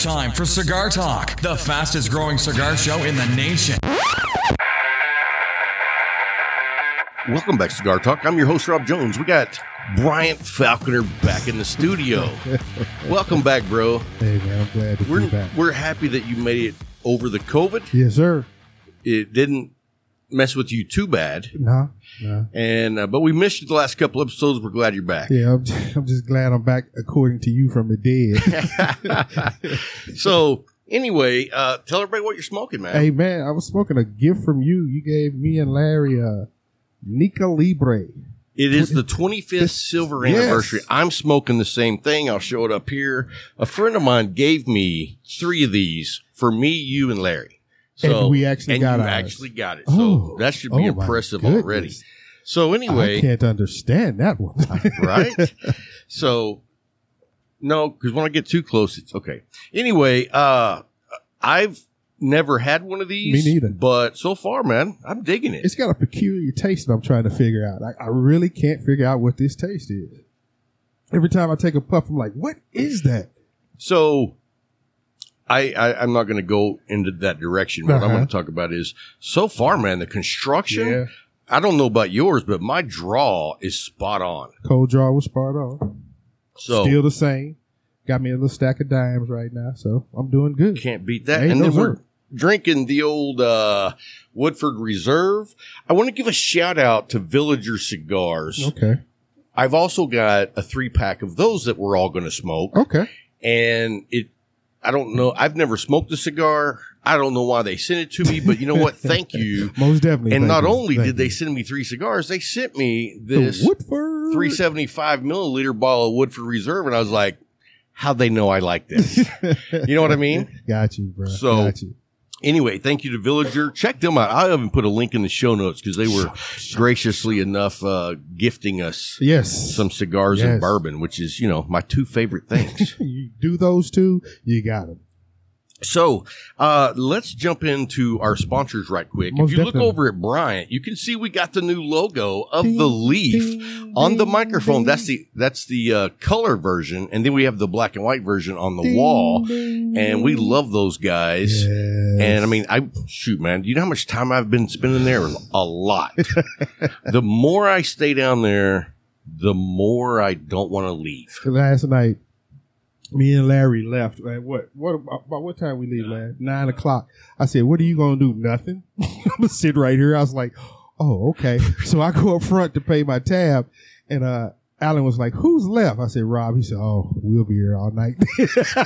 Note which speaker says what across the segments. Speaker 1: time for Cigar Talk, the fastest growing cigar show in the nation.
Speaker 2: Welcome back to Cigar Talk. I'm your host, Rob Jones. We got Bryant Falconer back in the studio. Welcome back, bro.
Speaker 3: Hey man, I'm glad to
Speaker 2: We're
Speaker 3: be back.
Speaker 2: we're happy that you made it over the COVID.
Speaker 3: yes, sir.
Speaker 2: It didn't mess with you too bad,
Speaker 3: No, no.
Speaker 2: and uh, but we missed you the last couple episodes. We're glad you're back.
Speaker 3: Yeah, I'm, I'm just glad I'm back according to you from the dead.
Speaker 2: So anyway, uh, tell everybody what you're smoking, man.
Speaker 3: hey man, I was smoking a gift from you. You gave me and Larry a Nica Libre.
Speaker 2: It is the 25th silver
Speaker 3: Yes.
Speaker 2: anniversary. I'm smoking the same thing. I'll show it up here. A friend of mine gave me three of these for me, you, and Larry.
Speaker 3: And we actually
Speaker 2: and
Speaker 3: got
Speaker 2: you
Speaker 3: ours.
Speaker 2: actually got it. so
Speaker 3: Oh.
Speaker 2: that should be
Speaker 3: Oh, my
Speaker 2: impressive
Speaker 3: goodness.
Speaker 2: already. So
Speaker 3: I
Speaker 2: anyway,
Speaker 3: can't understand that one.
Speaker 2: right? So no, because when I get too close, it's okay. Anyway, uh, I've never had one of these.
Speaker 3: Me neither.
Speaker 2: But so far, man, I'm digging it.
Speaker 3: it's got a peculiar taste that I'm trying to figure out. I, I really can't figure out what this taste is. Every time I take a puff, I'm like, "What is that?"
Speaker 2: So I, I I'm not going to go into that direction. What I
Speaker 3: Uh-huh.
Speaker 2: want to talk about is so far, man, the construction.
Speaker 3: Yeah.
Speaker 2: I don't know about yours, but my draw is spot on.
Speaker 3: Cold draw was spot on.
Speaker 2: So
Speaker 3: Still the same. Got me a little stack of dimes right now, so I'm doing good.
Speaker 2: can't beat that.
Speaker 3: Ain't
Speaker 2: and
Speaker 3: no
Speaker 2: then we're
Speaker 3: hurt.
Speaker 2: drinking the old uh, Woodford Reserve. I want to give a shout out to Villager Cigars.
Speaker 3: Okay.
Speaker 2: I've also got a three pack of those that we're all going to smoke.
Speaker 3: Okay.
Speaker 2: and it I don't know. I've never smoked a cigar. I don't know why they sent it to me, but you know what? Thank you.
Speaker 3: Most definitely.
Speaker 2: And
Speaker 3: Thank
Speaker 2: not
Speaker 3: you.
Speaker 2: only
Speaker 3: Thank
Speaker 2: did they
Speaker 3: you.
Speaker 2: send me three cigars, they sent me
Speaker 3: The
Speaker 2: this
Speaker 3: Woodford
Speaker 2: 375 milliliter bottle of Woodford Reserve. And I was like, how they know I like this? You know what I mean?
Speaker 3: Got you, bro.
Speaker 2: So-
Speaker 3: Got you.
Speaker 2: Anyway, thank you to Villager. Check them out. I'll even put a link in the show notes because they were graciously enough uh, gifting us
Speaker 3: Yes.
Speaker 2: some cigars and
Speaker 3: Yes.
Speaker 2: bourbon, which is, you know, my two favorite things.
Speaker 3: you do those two, you got them.
Speaker 2: So uh, let's jump into our sponsors right quick.
Speaker 3: Most
Speaker 2: if you
Speaker 3: definitely.
Speaker 2: look over at Bryant, you can see we got the new logo of the leaf on the microphone. That's the that's the uh, color version, and then we have the black and white version on the wall. And we love those guys.
Speaker 3: Yes.
Speaker 2: And I mean, I shoot, man. You know how much time I've been spending there? A lot. the more I stay down there, the more I don't want to leave.
Speaker 3: last night, me and Larry left. At what? What about about what time we leave, Larry? Nine o'clock. I said, "What are you gonna do? Nothing. I'm gonna sit right here." I was like, "Oh, okay." so I go up front to pay my tab, and uh, Alan was like, "Who's left?" I said, "Rob." He said, "Oh, we'll be here all night."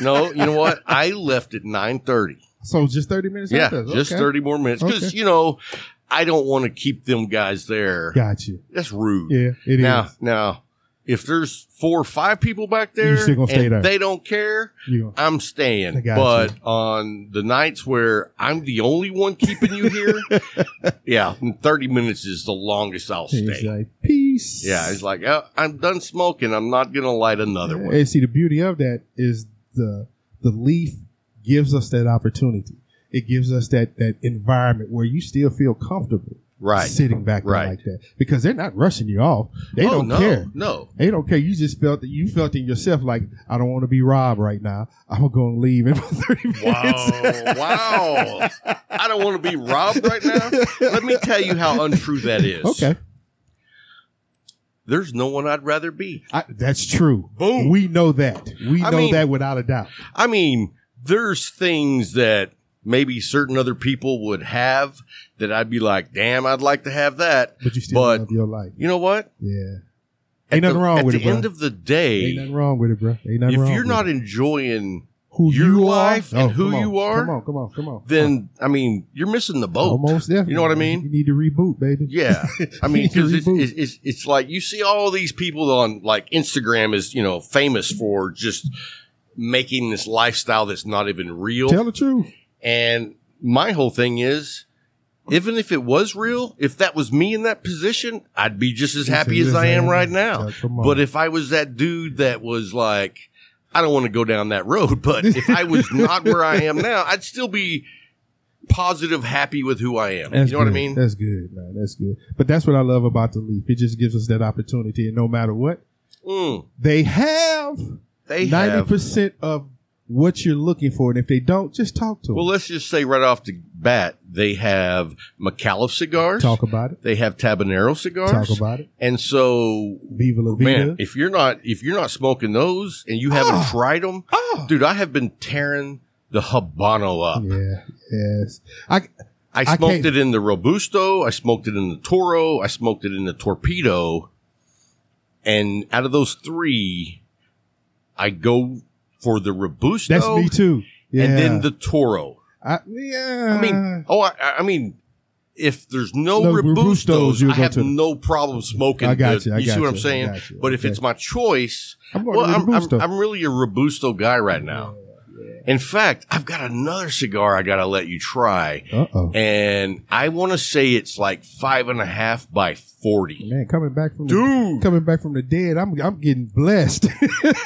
Speaker 2: No, you know what? I left at nine thirty.
Speaker 3: so just thirty minutes.
Speaker 2: Yeah,
Speaker 3: after us.
Speaker 2: just
Speaker 3: Okay.
Speaker 2: 30 more minutes. Because,
Speaker 3: Okay.
Speaker 2: you know, I don't want to keep them guys there.
Speaker 3: Got you.
Speaker 2: That's rude.
Speaker 3: Yeah, it is.
Speaker 2: now, now, if there's four or five people back there
Speaker 3: You're still gonna stay
Speaker 2: and
Speaker 3: there.
Speaker 2: they don't care,
Speaker 3: You-
Speaker 2: I'm
Speaker 3: I
Speaker 2: staying.
Speaker 3: got
Speaker 2: But on the nights where I'm the only one keeping you here, yeah, 30 minutes is the longest I'll stay.
Speaker 3: He's like, peace.
Speaker 2: Yeah, it's like, oh, I'm done smoking. I'm not going to light another one.
Speaker 3: And see, the beauty of that is the the leaf gives us that opportunity. It gives us that that environment where you still feel comfortable
Speaker 2: Right.
Speaker 3: sitting back there
Speaker 2: Right.
Speaker 3: like that because they're not rushing you off. They
Speaker 2: Oh,
Speaker 3: don't
Speaker 2: no,
Speaker 3: care.
Speaker 2: No.
Speaker 3: They don't care. You just felt that you felt in yourself like I don't want to be robbed right now. I'm gonna leave in about thirty minutes.
Speaker 2: Wow. Oh, wow. I don't want to be robbed right now. Let me tell you how untrue that is.
Speaker 3: Okay,
Speaker 2: There's no one I'd rather be.
Speaker 3: I, that's true.
Speaker 2: Boom.
Speaker 3: We know that. We
Speaker 2: I
Speaker 3: know
Speaker 2: mean-
Speaker 3: that without a doubt.
Speaker 2: I mean, there's things that maybe certain other people would have that I'd be like, damn, I'd like to have that.
Speaker 3: But you still
Speaker 2: But-
Speaker 3: love your life.
Speaker 2: You know what?
Speaker 3: Yeah, ain't nothing wrong
Speaker 2: At
Speaker 3: with
Speaker 2: the
Speaker 3: it, bro.
Speaker 2: end of the
Speaker 3: Ain't
Speaker 2: day,
Speaker 3: nothing wrong with it, bro. Ain't nothing
Speaker 2: if
Speaker 3: wrong
Speaker 2: you're
Speaker 3: with it.
Speaker 2: not enjoying,
Speaker 3: who
Speaker 2: your
Speaker 3: you
Speaker 2: life
Speaker 3: are,
Speaker 2: and who
Speaker 3: come on,
Speaker 2: you are,
Speaker 3: Come on, come on, come on. Uh,
Speaker 2: then, I mean, you're missing the boat.
Speaker 3: almost definitely.
Speaker 2: You know what I mean?
Speaker 3: You need to reboot, baby.
Speaker 2: Yeah, I mean, because it's,
Speaker 3: Reboot.
Speaker 2: it's, it's it's like you see all these people on like Instagram is you know famous for just making this lifestyle that's not even real.
Speaker 3: Tell the truth.
Speaker 2: and my whole thing is, even if it was real, if that was me in that position, I'd be just as happy as I am right now.
Speaker 3: Yeah, come on.
Speaker 2: But if I was that dude that was like, I don't want to go down that road, but if I was not where I am now, I'd still be positive, happy with who I am.
Speaker 3: That's
Speaker 2: you know what I
Speaker 3: good.
Speaker 2: mean?
Speaker 3: That's good, man. That's good. But that's what I love about the leaf. It just gives us that opportunity, and no matter what
Speaker 2: Mm,
Speaker 3: they have,
Speaker 2: they
Speaker 3: ninety
Speaker 2: have
Speaker 3: percent of what you're looking for, and if they don't, just talk to
Speaker 2: Well,
Speaker 3: them.
Speaker 2: let's just say right off the bat, they have McAuliffe cigars.
Speaker 3: Talk about it.
Speaker 2: They have Tabanero cigars.
Speaker 3: Talk about it.
Speaker 2: And so,
Speaker 3: Viva la vida.
Speaker 2: man, if you're not if you're not smoking those and you haven't
Speaker 3: Ah.
Speaker 2: tried them,
Speaker 3: Ah.
Speaker 2: dude, I have been tearing the Habano up.
Speaker 3: yeah. Yes. I
Speaker 2: I
Speaker 3: I
Speaker 2: smoked
Speaker 3: can't-
Speaker 2: it in the Robusto. I smoked it in the Toro. I smoked it in the Torpedo. And out of those three, I go for the Robusto.
Speaker 3: that's me too. Yeah.
Speaker 2: And then the Toro.
Speaker 3: I, yeah.
Speaker 2: I mean, oh, I, I mean, if there's no,
Speaker 3: No Robustos,
Speaker 2: Robustos,
Speaker 3: you'll
Speaker 2: I
Speaker 3: go
Speaker 2: have
Speaker 3: to the-
Speaker 2: no problem smoking.
Speaker 3: I got
Speaker 2: the-
Speaker 3: you, I got
Speaker 2: see what
Speaker 3: you,
Speaker 2: I'm
Speaker 3: I
Speaker 2: saying?
Speaker 3: got you,
Speaker 2: But if
Speaker 3: okay.
Speaker 2: it's my choice,
Speaker 3: I'm going
Speaker 2: well,
Speaker 3: to
Speaker 2: I'm,
Speaker 3: Robusto.
Speaker 2: I'm, I'm really a Robusto guy right now. In fact, I've got another cigar I got to let you try.
Speaker 3: uh oh.
Speaker 2: And I want to say it's like five and a half by 40.
Speaker 3: Man, coming back from
Speaker 2: Dude.
Speaker 3: The, coming back from the dead, I'm I'm getting blessed.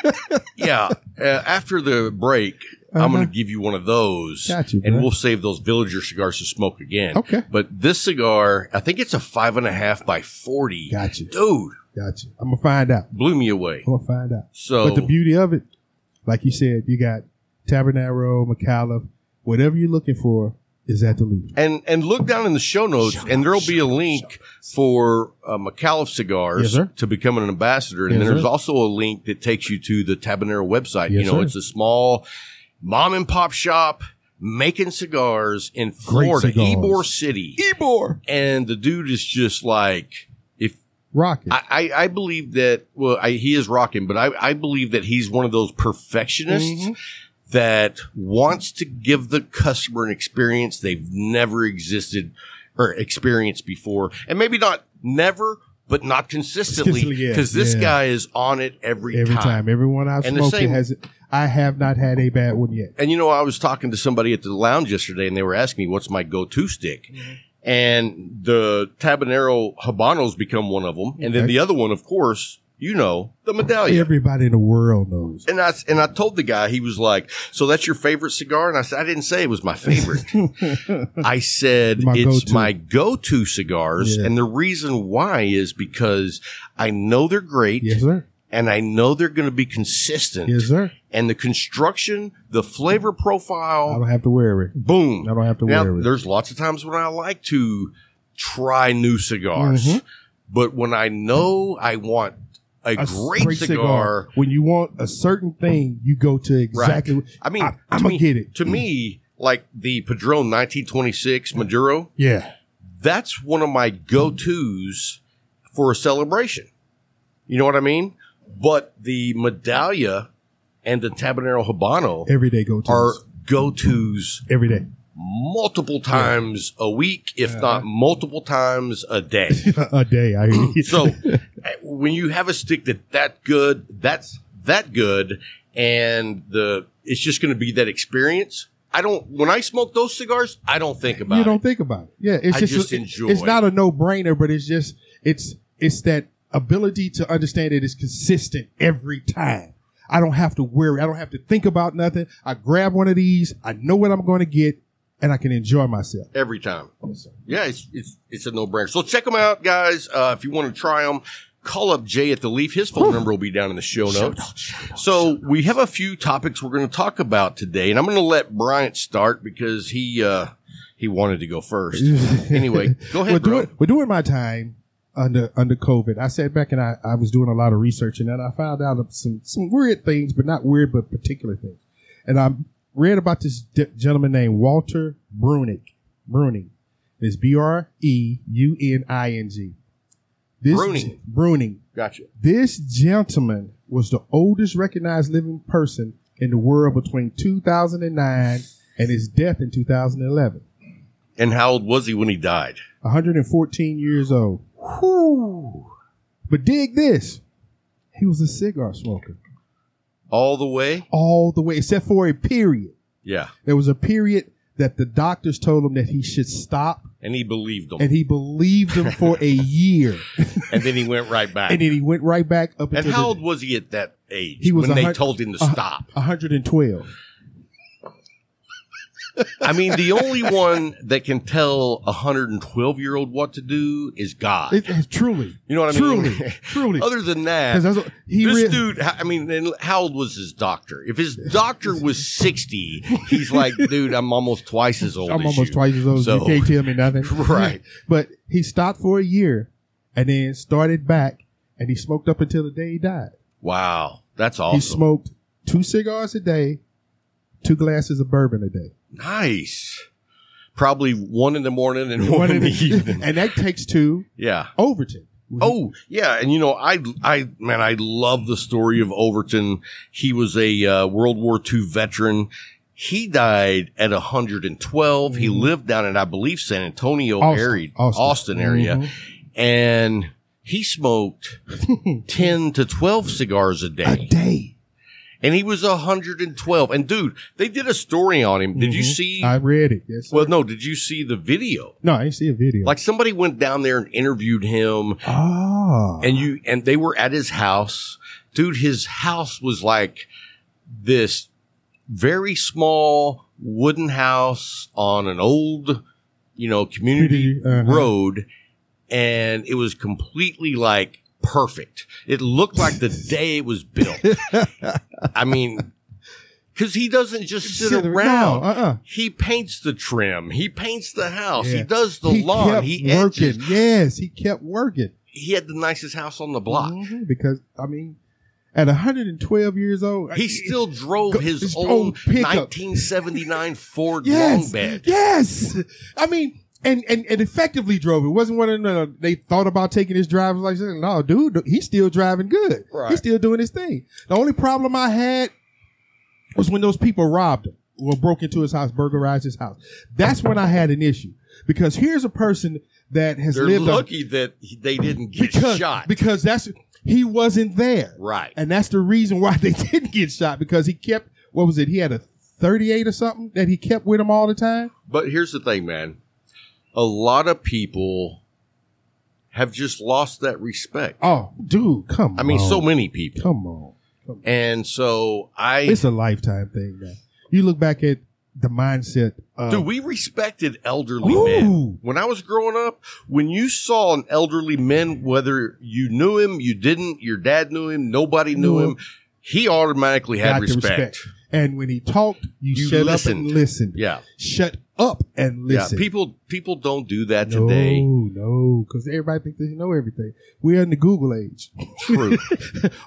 Speaker 2: Yeah. Uh, after the break, I'm
Speaker 3: Uh-huh.
Speaker 2: going to give you one of those.
Speaker 3: Got you,
Speaker 2: and
Speaker 3: bro.
Speaker 2: we'll save those villager cigars to smoke again.
Speaker 3: Okay.
Speaker 2: But this cigar, I think it's a five and a half by 40.
Speaker 3: Got you.
Speaker 2: Dude,
Speaker 3: Gotcha. I'm gonna find out.
Speaker 2: blew me away.
Speaker 3: I'm gonna find out.
Speaker 2: So,
Speaker 3: But the beauty of it, like you said, you got Tabernero, McAuliffe, whatever you're looking for is at the lead.
Speaker 2: and, and look down in the show notes,
Speaker 3: Show
Speaker 2: and there'll
Speaker 3: notes,
Speaker 2: be a
Speaker 3: show notes,
Speaker 2: link for uh, McAuliffe cigars
Speaker 3: Yes, sir.
Speaker 2: to become an ambassador. And
Speaker 3: Yes,
Speaker 2: then there's
Speaker 3: sir.
Speaker 2: also a link that takes you to the Tabanero website. you
Speaker 3: Yes,
Speaker 2: know,
Speaker 3: sir.
Speaker 2: it's a small mom and pop shop making cigars in Florida,
Speaker 3: cigars.
Speaker 2: Ybor City.
Speaker 3: Ebor
Speaker 2: And the dude is just like, if
Speaker 3: Rocket.
Speaker 2: I, I, I believe that well I, he is rocking, but I, I believe that he's one of those perfectionists
Speaker 3: Mhm.
Speaker 2: that wants to give the customer an experience they've never existed or experienced before, and maybe not never, but not consistently
Speaker 3: Consistently, yeah,
Speaker 2: because this
Speaker 3: yeah.
Speaker 2: guy is on it every,
Speaker 3: Every
Speaker 2: time.
Speaker 3: time, everyone I've
Speaker 2: And the
Speaker 3: smoked it
Speaker 2: same-
Speaker 3: has. I have not had a bad one yet.
Speaker 2: And you know, I was talking to somebody at the lounge yesterday, and they were asking me what's my go-to stick.
Speaker 3: Mm-hmm.
Speaker 2: And the Tabanero Habanos become one of them, and then
Speaker 3: Okay.
Speaker 2: the other one, of course, you know, the Medallion.
Speaker 3: Everybody in the world knows.
Speaker 2: And I and I told the guy he was like, "So that's your favorite cigar?" And I said, "I didn't say it was my favorite. I said
Speaker 3: My
Speaker 2: it's
Speaker 3: go-to.
Speaker 2: my go-to cigars,
Speaker 3: Yeah.
Speaker 2: and the reason why is because I know they're great,
Speaker 3: Yes, sir.
Speaker 2: and I know they're going to be consistent.
Speaker 3: Yes, sir.
Speaker 2: And the construction, the flavor
Speaker 3: I
Speaker 2: profile,
Speaker 3: don't have to wear it.
Speaker 2: boom.
Speaker 3: I don't have to
Speaker 2: Now,
Speaker 3: wear it.
Speaker 2: there's lots of times when I like to try new cigars,
Speaker 3: Mhm.
Speaker 2: but when I know I want a,
Speaker 3: A
Speaker 2: great, cigar
Speaker 3: When you want a certain thing, you go to exactly.
Speaker 2: I mean,
Speaker 3: I-
Speaker 2: to
Speaker 3: I'ma
Speaker 2: me-
Speaker 3: get it.
Speaker 2: To me, like the Padron 1926 Maduro,
Speaker 3: Yeah,
Speaker 2: that's one of my go tos for a celebration. You know what I mean? But the Medallia and the Tabanero Habano
Speaker 3: every day go to
Speaker 2: are go tos
Speaker 3: every day.
Speaker 2: multiple times a week, if
Speaker 3: Yeah.
Speaker 2: not multiple times a day.
Speaker 3: a day. I hear you.
Speaker 2: So uh, when you have a stick that that good, that's that good, and the it's just going to be that experience. I don't. When I smoke those cigars, I don't think about
Speaker 3: you don't
Speaker 2: it.
Speaker 3: think about it. Yeah, it's
Speaker 2: I
Speaker 3: just,
Speaker 2: just
Speaker 3: it-
Speaker 2: enjoy.
Speaker 3: It's not a no brainer, but it's just it's it's that ability to understand it is consistent every time. I don't have to worry. I don't have to think about nothing. I grab one of these. I know what I'm going to get, and I can enjoy myself.
Speaker 2: every time. Yeah, it's it's it's a no brainer. So check them out, guys. Uh, if you want to try them, call up Jay at the Leaf. His phone number will be down in the show notes. So we have a few topics we're going to talk about today, and I'm going to let Bryant start because he uh, he wanted to go first. anyway, go ahead,
Speaker 3: we're
Speaker 2: bro.
Speaker 3: doing, we're doing my time under under COVID. I sat back and I, I was doing a lot of research and then I found out some some weird things, but not weird, but particular things. And I read about this d- gentleman named Walter Brunick. Bruning. It's B R E U N I N G. This
Speaker 2: Bruning.
Speaker 3: Bruning.
Speaker 2: Gotcha.
Speaker 3: This gentleman was the oldest recognized living person in the world between 2009 and his death in 2011.
Speaker 2: And how old was he when he died?
Speaker 3: 114 years old. But dig this. He was a cigar smoker
Speaker 2: All the way?
Speaker 3: all the way, except for a period.
Speaker 2: Yeah.
Speaker 3: There was a period that the doctors told him that he should stop,
Speaker 2: And he believed them.
Speaker 3: and
Speaker 2: And,
Speaker 3: he believed them for a year.
Speaker 2: then he went right back.
Speaker 3: And
Speaker 2: And,
Speaker 3: then he went right back up until
Speaker 2: how
Speaker 3: the-
Speaker 2: old was he at that age
Speaker 3: He was
Speaker 2: when
Speaker 3: a
Speaker 2: they
Speaker 3: hun-
Speaker 2: told him to
Speaker 3: a hun-
Speaker 2: stop?
Speaker 3: 112.
Speaker 2: I mean, the only one that can tell a 112 year old what to do is God.
Speaker 3: It, it's truly,
Speaker 2: you know what I
Speaker 3: truly,
Speaker 2: mean?
Speaker 3: truly.
Speaker 2: Other than
Speaker 3: 'Cause
Speaker 2: that,
Speaker 3: that's what- he
Speaker 2: this
Speaker 3: rea-
Speaker 2: dude, I mean, and how old was his doctor? If his doctor was 60, he's like, dude, I'm almost twice as old
Speaker 3: I'm
Speaker 2: as
Speaker 3: almost
Speaker 2: you.
Speaker 3: twice as old.
Speaker 2: So-
Speaker 3: you can't tell me nothing,
Speaker 2: Right.
Speaker 3: But he stopped for a year, and then started back, and he smoked up until the day he died.
Speaker 2: Wow. That's
Speaker 3: He
Speaker 2: awesome.
Speaker 3: smoked two cigars a day, two glasses of bourbon a day,
Speaker 2: nice. Probably one in the morning and one, in the evening.
Speaker 3: and that takes two
Speaker 2: yeah.
Speaker 3: Overton.
Speaker 2: Oh yeah, and you know I I man I love the story of Overton. He was a uh, World War II veteran. He died at 112. He lived down in I believe San Antonio
Speaker 3: Austin.
Speaker 2: area,
Speaker 3: Austin.
Speaker 2: Mm-hmm. Austin, Mm-hmm. area,
Speaker 3: Mhm.
Speaker 2: and he smoked 10 to 12 cigars a
Speaker 3: a
Speaker 2: day,
Speaker 3: day.
Speaker 2: and he was 112. And dude, they did a story on him. Did you
Speaker 3: Mhm.
Speaker 2: see?
Speaker 3: I read it. Yes. sir.
Speaker 2: well, no, did you see the video?
Speaker 3: no, I didn't see a video.
Speaker 2: Like somebody went down there and interviewed him,
Speaker 3: ah,
Speaker 2: and you and they were at his house dude his house was like this very small wooden house on an old you know community
Speaker 3: Community, uh-huh.
Speaker 2: road and it was completely like perfect it looked like the day it was built i mean because he doesn't just sit
Speaker 3: Sit
Speaker 2: around
Speaker 3: around, uh-uh.
Speaker 2: he paints the trim he paints the house
Speaker 3: Yeah.
Speaker 2: he does the
Speaker 3: he
Speaker 2: lawn
Speaker 3: kept
Speaker 2: he
Speaker 3: working.
Speaker 2: edges.
Speaker 3: Yes, he kept working.
Speaker 2: he had the nicest house on the block
Speaker 3: Mhm, because I mean, at 112 years old,
Speaker 2: He
Speaker 3: I-
Speaker 2: still drove
Speaker 3: Go-
Speaker 2: his,
Speaker 3: his
Speaker 2: own,
Speaker 3: own pickup.
Speaker 2: 1979 Ford
Speaker 3: yes,
Speaker 2: Longbed.
Speaker 3: yes. I mean, and, and and effectively drove it. Wasn't one of them uh, they thought about taking his driver's license. No, dude, he's still driving good.
Speaker 2: Right.
Speaker 3: He's still doing his thing. The only problem I had was when those people robbed him or broke into his house, burglarized his house. That's when I had an issue because here's a person that has
Speaker 2: They're
Speaker 3: lived a-
Speaker 2: lucky that he- they didn't get
Speaker 3: because
Speaker 2: shot.
Speaker 3: because that's he wasn't there.
Speaker 2: right.
Speaker 3: And that's the reason why they didn't get shot because he kept, what was it? He had a 38 or something that he kept with him all the time.
Speaker 2: But here's the thing, man. A lot of people have just lost that respect.
Speaker 3: Oh, dude, come on.
Speaker 2: I mean, so many people.
Speaker 3: Come on.
Speaker 2: And so I,
Speaker 3: It's a lifetime thing, man. You look back at the mindset of.
Speaker 2: dude, we respected elderly
Speaker 3: Oh. Ooh.
Speaker 2: men. When I was growing up, when you saw an elderly man, whether you knew him, you didn't, your dad knew him, nobody knew,
Speaker 3: Knew him.
Speaker 2: him, he automatically had
Speaker 3: got the
Speaker 2: respect.
Speaker 3: And when he talked, you,
Speaker 2: You
Speaker 3: shut up
Speaker 2: listened.
Speaker 3: and listened.
Speaker 2: Yeah.
Speaker 3: Shut up and listen.
Speaker 2: Yeah, people people don't do that
Speaker 3: no,
Speaker 2: today.
Speaker 3: no, because everybody thinks they know everything. We're in the Google age.
Speaker 2: True.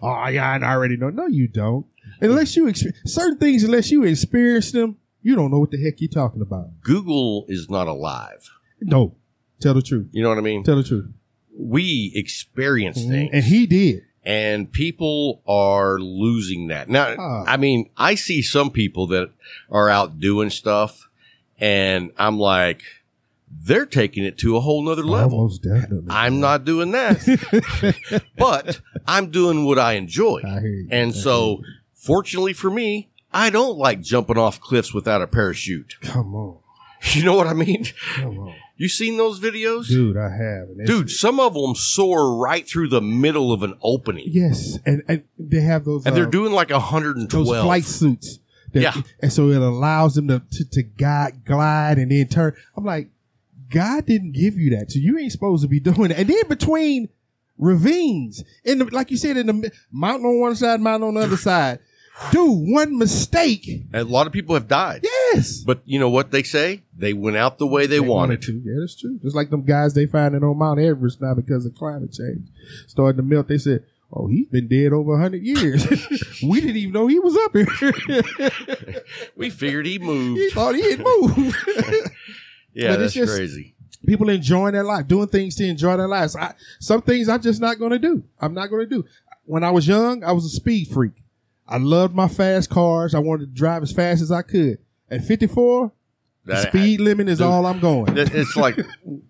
Speaker 3: oh yeah, I already know. No, you don't. Unless you exper- certain things, unless you experience them, you don't know what the heck you're talking about.
Speaker 2: Google is not alive.
Speaker 3: No, tell the truth.
Speaker 2: You know what I mean?
Speaker 3: Tell the truth.
Speaker 2: We experience things,
Speaker 3: Mm-hmm. And he did.
Speaker 2: and people are losing that. Now,
Speaker 3: Ah.
Speaker 2: I mean, I see some people that are out doing stuff, and I'm like, they're taking it to a whole nother level.
Speaker 3: Almost definitely.
Speaker 2: I'm not doing that, but I'm doing what I enjoy.
Speaker 3: I hear you.
Speaker 2: And so, fortunately for me, I don't like jumping off cliffs without a parachute.
Speaker 3: Come on,
Speaker 2: You know what I mean?
Speaker 3: come on,
Speaker 2: You seen those videos? Dude,
Speaker 3: dude. I have. And it's-
Speaker 2: some of them soar right through the middle of an opening.
Speaker 3: Yes, and, and they have those.
Speaker 2: And they're
Speaker 3: uh,
Speaker 2: doing like
Speaker 3: those
Speaker 2: 112.
Speaker 3: flight suits. that-
Speaker 2: Yeah.
Speaker 3: And so it allows them to, to, to guide, glide, and then turn. I'm like, God didn't give you that. So you ain't supposed to be doing it. And then between ravines, in the, like you said, in the mi- mountain on one side, mountain on the other side. Dude, one mistake.
Speaker 2: And a lot of people have died.
Speaker 3: Yes.
Speaker 2: But you know what they say? They went out the way they, wanted.
Speaker 3: to. Yeah, that's true. Just like them guys they finding on Mount Everest now because of climate change starting to melt. They said, "Oh, he's been dead over hundred years. we didn't even know he was up here.
Speaker 2: We figured he
Speaker 3: he
Speaker 2: moved.
Speaker 3: thought he had moved."
Speaker 2: Yeah,
Speaker 3: But it's
Speaker 2: that's
Speaker 3: just-
Speaker 2: crazy.
Speaker 3: people enjoying their life, doing things to enjoy their lives. I, some things I'm just not going to do. I'm not going to do. When I was young, I was a speed freak. I loved my fast cars. I wanted to drive as fast as I could. At 54, the
Speaker 2: That-
Speaker 3: speed limit is
Speaker 2: dude,
Speaker 3: all I'm going.
Speaker 2: that- It's like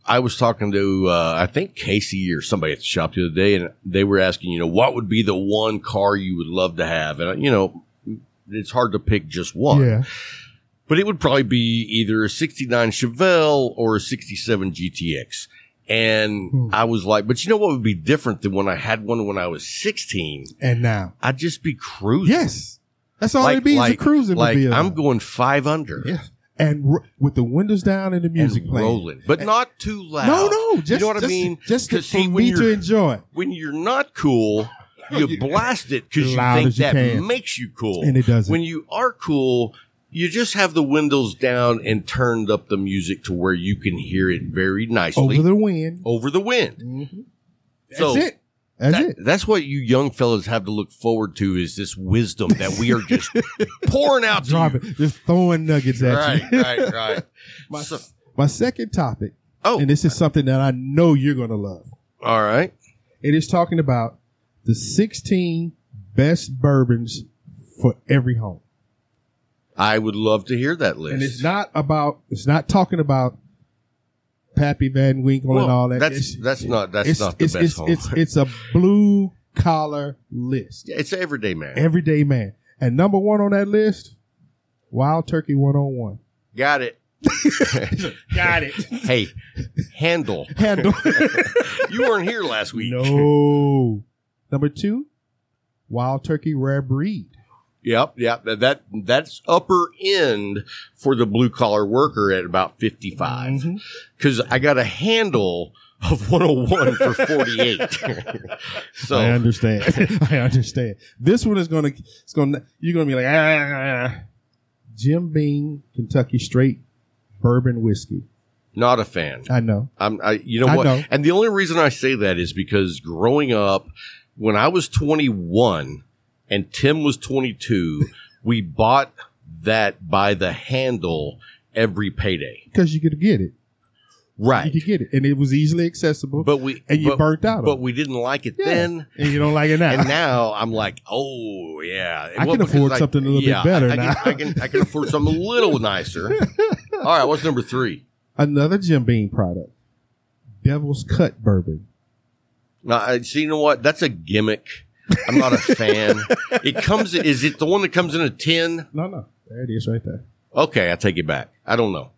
Speaker 2: I was talking to uh, I think Casey or somebody at the shop the other day, and they were asking, you know, what would be the one car you would love to have? And uh, you know, it's hard to pick just one.
Speaker 3: yeah,
Speaker 2: but it would probably be either a 69 Chevelle or a 67 GTX. And
Speaker 3: Hmm.
Speaker 2: I was like, but you know what would be different than when I had one when I was 16?
Speaker 3: and now,
Speaker 2: I'd just be cruising.
Speaker 3: yes, that's all it be is a cruising
Speaker 2: like
Speaker 3: mobile.
Speaker 2: I'm going five under.
Speaker 3: Yeah. and ro- with the windows down and the music
Speaker 2: and
Speaker 3: playing. Eh.
Speaker 2: rolling, but not too loud.
Speaker 3: No, no, just
Speaker 2: you know what I
Speaker 3: just-
Speaker 2: mean.
Speaker 3: Just to,
Speaker 2: 'Cause see,
Speaker 3: for
Speaker 2: when
Speaker 3: me to
Speaker 2: you're-
Speaker 3: enjoy it,
Speaker 2: when you're not cool, you
Speaker 3: You-
Speaker 2: blast it because you
Speaker 3: Loud
Speaker 2: think
Speaker 3: as you
Speaker 2: that
Speaker 3: can.
Speaker 2: makes you cool.
Speaker 3: And it doesn't.
Speaker 2: When you are cool, you just have the windows down and turned up the music to where you can hear it very nicely
Speaker 3: over the wind.
Speaker 2: over the wind.
Speaker 3: Mhm.
Speaker 2: Mm-hmm. so
Speaker 3: that's it. That's
Speaker 2: that-
Speaker 3: it.
Speaker 2: that's what you young fellas have to look forward to is this wisdom that we are just pouring out to
Speaker 3: Drop
Speaker 2: you.
Speaker 3: it. Just throwing nuggets at
Speaker 2: Right,
Speaker 3: you.
Speaker 2: right, right.
Speaker 3: my,
Speaker 2: So-
Speaker 3: my second topic,
Speaker 2: oh,
Speaker 3: and this is something that I know you're going to love.
Speaker 2: all right.
Speaker 3: It is talking about the 16 best bourbons for every home.
Speaker 2: I would love to hear that list.
Speaker 3: And it's not about, it's not talking about Pappy Van Winkle
Speaker 2: Well,
Speaker 3: and all that.
Speaker 2: That's
Speaker 3: It's-
Speaker 2: that's not that's
Speaker 3: it's,
Speaker 2: not the
Speaker 3: it's,
Speaker 2: best
Speaker 3: it's,
Speaker 2: home.
Speaker 3: it's, it's a blue collar list.
Speaker 2: Yeah, it's an everyday man.
Speaker 3: Everyday man. And number one on that list, Wild Turkey 101.
Speaker 2: Got it.
Speaker 3: Got it.
Speaker 2: Hey, handle.
Speaker 3: Handle.
Speaker 2: You weren't here last week.
Speaker 3: no. Number two, Wild Turkey Rare Breed.
Speaker 2: Yep, yep. That, that that's upper end for the blue collar worker at about fifty five.
Speaker 3: Mhm.
Speaker 2: Because I got a handle of one hundred one for forty eight. so
Speaker 3: I understand. I understand. This one is gonna. It's gonna. You're gonna be like ah. Jim Beam Kentucky Straight Bourbon Whiskey.
Speaker 2: not a fan.
Speaker 3: I know.
Speaker 2: I'm, I, you know
Speaker 3: I
Speaker 2: what?
Speaker 3: know.
Speaker 2: And the only reason I say that is because growing up, when I was 21 and Tim was 22, we bought that by the handle every payday.
Speaker 3: Because you could get it. You
Speaker 2: Right.
Speaker 3: could get it, and it was easily accessible.
Speaker 2: But we,
Speaker 3: and you
Speaker 2: but,
Speaker 3: burnt out.
Speaker 2: but
Speaker 3: on it.
Speaker 2: we didn't like it
Speaker 3: Yeah.
Speaker 2: then.
Speaker 3: and you don't like it now.
Speaker 2: And now I'm like, oh yeah,
Speaker 3: I can
Speaker 2: because
Speaker 3: afford something a little bit
Speaker 2: yeah,
Speaker 3: better
Speaker 2: I, I
Speaker 3: now.
Speaker 2: Can, I can I can afford something a little nicer. All right, what's number three?
Speaker 3: Another Jim Beam product, Devil's Cut Bourbon.
Speaker 2: Now, I, see, you know what? That's a gimmick. I'm not a fan. It comes. in- Is it the one that comes in a tin?
Speaker 3: No, no, there it is, right there.
Speaker 2: Okay, I take it back. I don't know.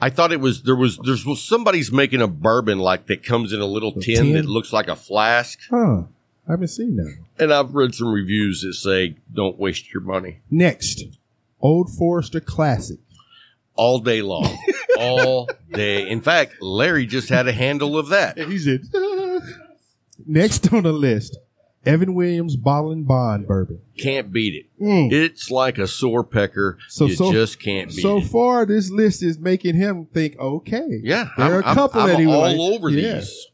Speaker 2: I thought it was there was there's well, somebody's making a bourbon like that comes in a little
Speaker 3: A
Speaker 2: tin,
Speaker 3: tin?
Speaker 2: that looks like a flask.
Speaker 3: Huh? I haven't seen that. one.
Speaker 2: And I've read some reviews that say don't waste your money
Speaker 3: Next, Old Forester Classic.
Speaker 2: all day long, all day. In fact, Larry just had a handle of that.
Speaker 3: And he said, "Ah." next on the list, Evan Williams Bottle and Bond Bourbon.
Speaker 2: Can't beat it.
Speaker 3: Mm.
Speaker 2: It's like a sore pecker.
Speaker 3: So-
Speaker 2: you
Speaker 3: so-
Speaker 2: just can't beat
Speaker 3: So
Speaker 2: it.
Speaker 3: far, this list is making him think, okay.
Speaker 2: Yeah,
Speaker 3: There
Speaker 2: I'm,
Speaker 3: are a
Speaker 2: I'm-
Speaker 3: couple
Speaker 2: I'm
Speaker 3: that he would
Speaker 2: all
Speaker 3: like.
Speaker 2: over
Speaker 3: Yeah.
Speaker 2: these.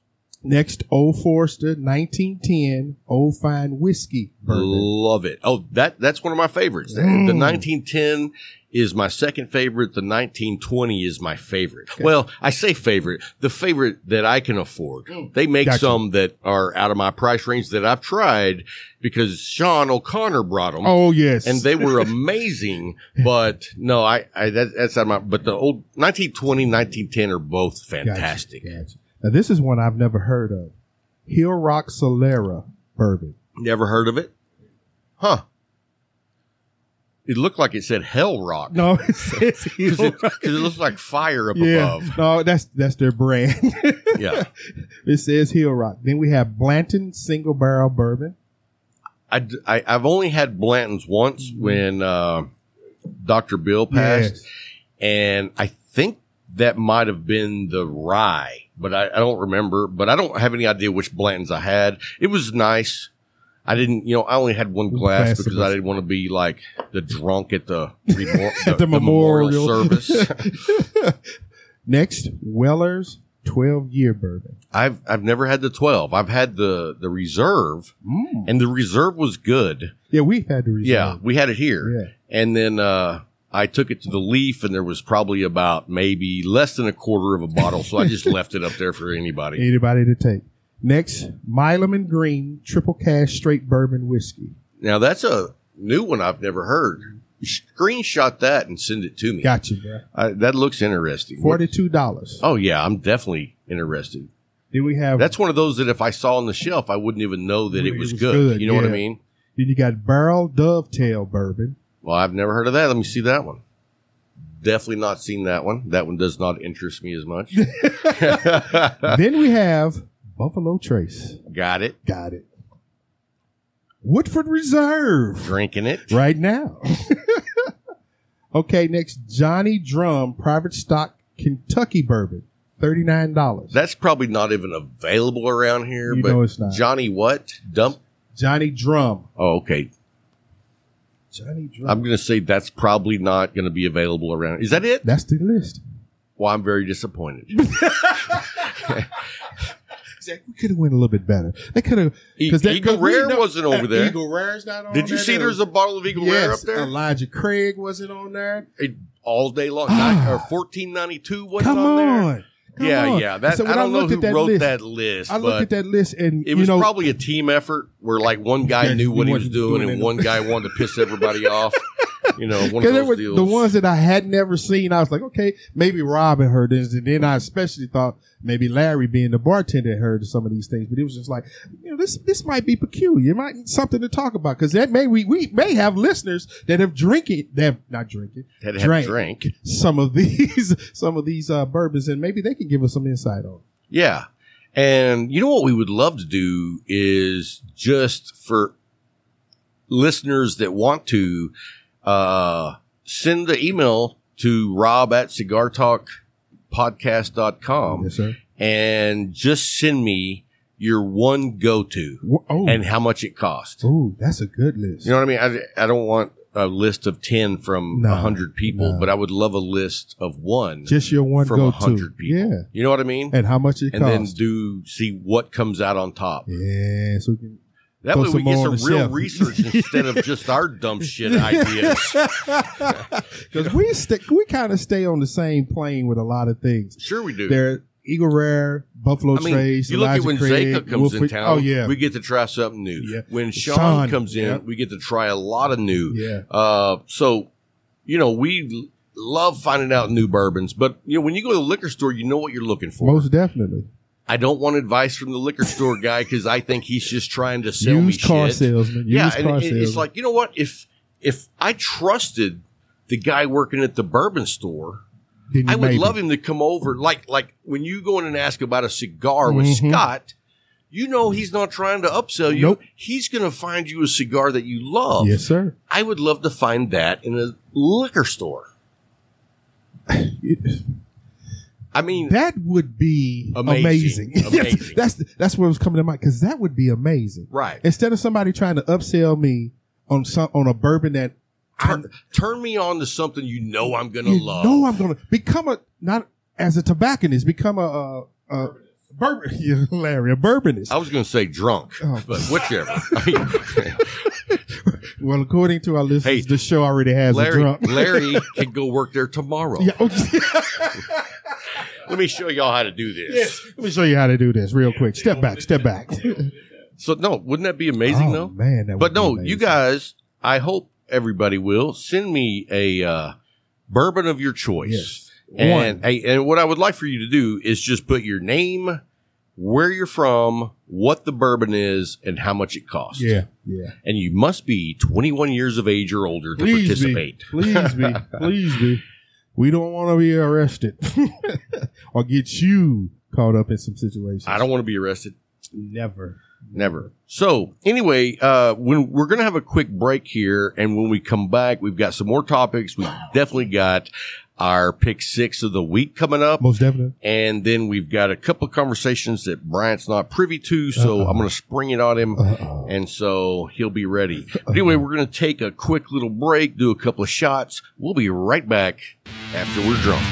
Speaker 3: Next, Old Forester 1910 Old Fine Whiskey Bourbon.
Speaker 2: Love it. Oh, that that's one of my favorites. The- The
Speaker 3: Mm.
Speaker 2: 1910 is my second favorite. The 1920 is my favorite. Well, I say favorite, the favorite that I can afford. They make
Speaker 3: Mm. Gotcha.
Speaker 2: some that are out of my price range that I've tried because Sean O'Connor brought them.
Speaker 3: Oh, yes.
Speaker 2: And they were amazing, but no, I, I that, that's not my. But the old 1920, 1910 are both
Speaker 3: Gotcha,
Speaker 2: fantastic.
Speaker 3: gotcha. Now, this is one I've never heard of Hill Rock Solera Bourbon.
Speaker 2: Never heard of it, huh? It looked like it said Hell Rock.
Speaker 3: No, it says Hill
Speaker 2: because it,
Speaker 3: Rock.
Speaker 2: 'cause it looks like fire up
Speaker 3: Yeah.
Speaker 2: above.
Speaker 3: No, that's, that's their brand.
Speaker 2: Yeah,
Speaker 3: it says Hill Rock. Then we have Blanton Single Barrel Bourbon.
Speaker 2: I, I have only had Blanton's once
Speaker 3: Mm-hmm.
Speaker 2: when uh, Doctor Bill passed,
Speaker 3: Yes.
Speaker 2: and I think that might have been the rye, but I, I don't remember. But I don't have any idea which Blanton's I had. It was nice. I didn't, you know, I only had one glass
Speaker 3: Glass of
Speaker 2: because
Speaker 3: it.
Speaker 2: I didn't want to be like the drunk at the, remor-
Speaker 3: At the memorial.
Speaker 2: service.
Speaker 3: Next, Weller's 12 year bourbon.
Speaker 2: I've I've never had the twelve. I've had the the reserve, and the reserve was good.
Speaker 3: Yeah, we've had to reserve.
Speaker 2: Yeah, we had it here.
Speaker 3: Yeah.
Speaker 2: And then uh, I took it to the leaf, and there was probably about maybe less than a quarter of a bottle. So I just left it up there for anybody.
Speaker 3: Anybody to take. Next, Milam and Green Triple Cash Straight Bourbon Whiskey.
Speaker 2: Now, that's a new one I've never heard. Screenshot that and send it to me.
Speaker 3: Gotcha, bro.
Speaker 2: I, that looks interesting.
Speaker 3: $42.
Speaker 2: Oh, yeah, I'm definitely interested.
Speaker 3: Then we have,
Speaker 2: That's one of those that if I saw on the shelf, I wouldn't even know that it was, good. You know what I
Speaker 3: yeah.
Speaker 2: mean?
Speaker 3: then you got Barrel Dovetail Bourbon.
Speaker 2: Well, I've never heard of that. Let me see that one. Definitely not seen that one. That one does not interest me as much.
Speaker 3: then we have Buffalo Trace.
Speaker 2: Got it.
Speaker 3: Got it. Woodford Reserve
Speaker 2: Drinking it.
Speaker 3: right now. Okay, next Johnny Drum Private Stock Kentucky Bourbon, thirty nine dollars.
Speaker 2: That's probably not even available around here.
Speaker 3: You
Speaker 2: but
Speaker 3: know it's not.
Speaker 2: Johnny what? Dump?
Speaker 3: Johnny Drum.
Speaker 2: Oh, okay.
Speaker 3: Johnny Drum.
Speaker 2: I'm going to say that's probably not going to be available around. Is that it?
Speaker 3: That's the list.
Speaker 2: Well, I'm very disappointed.
Speaker 3: We could have went a little bit better. They could have
Speaker 2: E-
Speaker 3: that-
Speaker 2: Eagle
Speaker 3: 'cause we
Speaker 2: Rare
Speaker 3: know-
Speaker 2: wasn't over there.
Speaker 3: Eagle Rare's not on.
Speaker 2: Did you
Speaker 3: there,
Speaker 2: see
Speaker 3: though.
Speaker 2: there's a bottle of Eagle Rare up
Speaker 3: yes, um,
Speaker 2: there?
Speaker 3: Elijah Craig wasn't on there.
Speaker 2: It- all day long. Nine, or 1492 wasn't
Speaker 3: Ah. Come
Speaker 2: on there.
Speaker 3: on. Come
Speaker 2: yeah,
Speaker 3: on.
Speaker 2: yeah. That,
Speaker 3: So
Speaker 2: I
Speaker 3: when
Speaker 2: don't know
Speaker 3: looked
Speaker 2: who
Speaker 3: at that
Speaker 2: wrote
Speaker 3: list,
Speaker 2: that list,
Speaker 3: I
Speaker 2: but
Speaker 3: looked at that list and
Speaker 2: it was
Speaker 3: you know,
Speaker 2: probably a team effort where like one guy
Speaker 3: Yeah,
Speaker 2: knew what he was
Speaker 3: wasn't
Speaker 2: doing,
Speaker 3: doing
Speaker 2: and
Speaker 3: it.
Speaker 2: one guy wanted to piss everybody off. You know, one of
Speaker 3: Because there
Speaker 2: those
Speaker 3: were
Speaker 2: deals.
Speaker 3: the ones that I had never seen. I was like, okay, maybe Rob had heard this, and then I especially thought maybe Larry, being the bartender, had heard some of these things. But it was just like, you know, this this might be peculiar. It might be something to talk about because that may we we may have listeners that have drinking that have not drinking
Speaker 2: that had
Speaker 3: drank.
Speaker 2: drank.
Speaker 3: some of these some of these uh, bourbons, and maybe they can give us some insight on. it.
Speaker 2: Yeah. And you know what we would love to do is just for listeners that want to uh, send the email to rob at cigar talk podcast.com
Speaker 3: yes, sir.
Speaker 2: and just send me your one go to
Speaker 3: Wha- Oh,
Speaker 2: and how much it cost.
Speaker 3: ooh, that's a good list.
Speaker 2: You know what I mean? I, I don't want a list of 10 from a
Speaker 3: No,
Speaker 2: 100 people,
Speaker 3: no.
Speaker 2: but I would love a list of one
Speaker 3: just your one
Speaker 2: from
Speaker 3: go
Speaker 2: a
Speaker 3: to,
Speaker 2: 100 people.
Speaker 3: yeah,
Speaker 2: You know what I mean?
Speaker 3: and how much it
Speaker 2: and then
Speaker 3: costs.
Speaker 2: do see what comes out on top.
Speaker 3: yeah, so we can
Speaker 2: That
Speaker 3: Throw
Speaker 2: way we
Speaker 3: some
Speaker 2: get
Speaker 3: more
Speaker 2: some
Speaker 3: on the
Speaker 2: real
Speaker 3: shelf.
Speaker 2: research instead of just our dumb shit ideas.
Speaker 3: Because we st- we kind of stay on the same plane with a lot of things.
Speaker 2: Sure, we do.
Speaker 3: There, Eagle Rare, Buffalo
Speaker 2: I mean,
Speaker 3: Trace,
Speaker 2: you look at
Speaker 3: Elijah
Speaker 2: when
Speaker 3: Craig,
Speaker 2: Zayka comes
Speaker 3: Wolf-
Speaker 2: in town,
Speaker 3: Oh yeah,
Speaker 2: we get to try something new.
Speaker 3: Yeah.
Speaker 2: When Sean,
Speaker 3: Sean,
Speaker 2: comes in,
Speaker 3: yeah.
Speaker 2: we get to try a lot of new.
Speaker 3: yeah.
Speaker 2: Uh, so, you know, we l- love finding out new bourbons, but you know, when you go to the liquor store, you know what you're looking for.
Speaker 3: Most definitely,
Speaker 2: I don't want advice from the liquor store guy because I think he's just trying to sell me
Speaker 3: used car
Speaker 2: shit.
Speaker 3: salesman.
Speaker 2: yeah,
Speaker 3: used
Speaker 2: and
Speaker 3: car
Speaker 2: it-
Speaker 3: salesman.
Speaker 2: it's like you know what? If if I trusted the guy working at the bourbon store,
Speaker 3: Then you
Speaker 2: I would
Speaker 3: made
Speaker 2: love
Speaker 3: it.
Speaker 2: him to come over. Like like when you go in and ask about a cigar with
Speaker 3: Mhm.
Speaker 2: Scott, you know he's not trying to upsell you.
Speaker 3: Nope.
Speaker 2: He's going to find you a cigar that you love.
Speaker 3: Yes, sir.
Speaker 2: I would love to find that in a liquor store.
Speaker 3: It-
Speaker 2: I mean,
Speaker 3: that would be
Speaker 2: Amazing.
Speaker 3: amazing. Yes,
Speaker 2: Amazing.
Speaker 3: that's that's what was coming to mind because that would be amazing.
Speaker 2: right?
Speaker 3: Instead of somebody trying to upsell me on some on a bourbon that
Speaker 2: Turn, turn me on to something you know I'm going to
Speaker 3: you
Speaker 2: love.
Speaker 3: know I'm gonna become a not as a tobacconist, become a, a, a bourbon. Yeah, Larry, a bourbonist.
Speaker 2: I was going to say drunk,
Speaker 3: Oh.
Speaker 2: but whichever. I mean,
Speaker 3: Well, according to our listeners,
Speaker 2: Hey,
Speaker 3: the show already has a
Speaker 2: Larry,
Speaker 3: drunk.
Speaker 2: Larry can go work there tomorrow.
Speaker 3: Yeah, oh,
Speaker 2: Let me show y'all how to do this.
Speaker 3: let me show you how to do this real quick. Step back, step back.
Speaker 2: So no, wouldn't that be amazing
Speaker 3: oh,
Speaker 2: though?
Speaker 3: man, that
Speaker 2: But
Speaker 3: would be
Speaker 2: no,
Speaker 3: amazing.
Speaker 2: you guys, I hope everybody will send me a uh, bourbon of your choice.
Speaker 3: Yes.
Speaker 2: And
Speaker 3: One.
Speaker 2: hey, and what I would like for you to do is just put your name, where you're from, what the bourbon is, and how much it costs.
Speaker 3: Yeah, yeah.
Speaker 2: And you must be 21 years of age or older to
Speaker 3: Please be,
Speaker 2: participate.
Speaker 3: please be, please be. We don't want to be arrested or get you caught up in some situations.
Speaker 2: I don't want to be arrested.
Speaker 3: never.
Speaker 2: Never. So anyway, uh, when we're gonna have a quick break here, and when we come back, we've got some more topics. We've definitely got our pick six of the week coming up,
Speaker 3: Most definitely.
Speaker 2: and then we've got a couple of conversations that Bryant's not privy to. So
Speaker 3: Uh-oh.
Speaker 2: I'm gonna spring it on him.
Speaker 3: Uh-oh.
Speaker 2: And so he'll be ready. But anyway, we're going to take a quick little break, do a couple of shots. We'll be right back after we're drunk.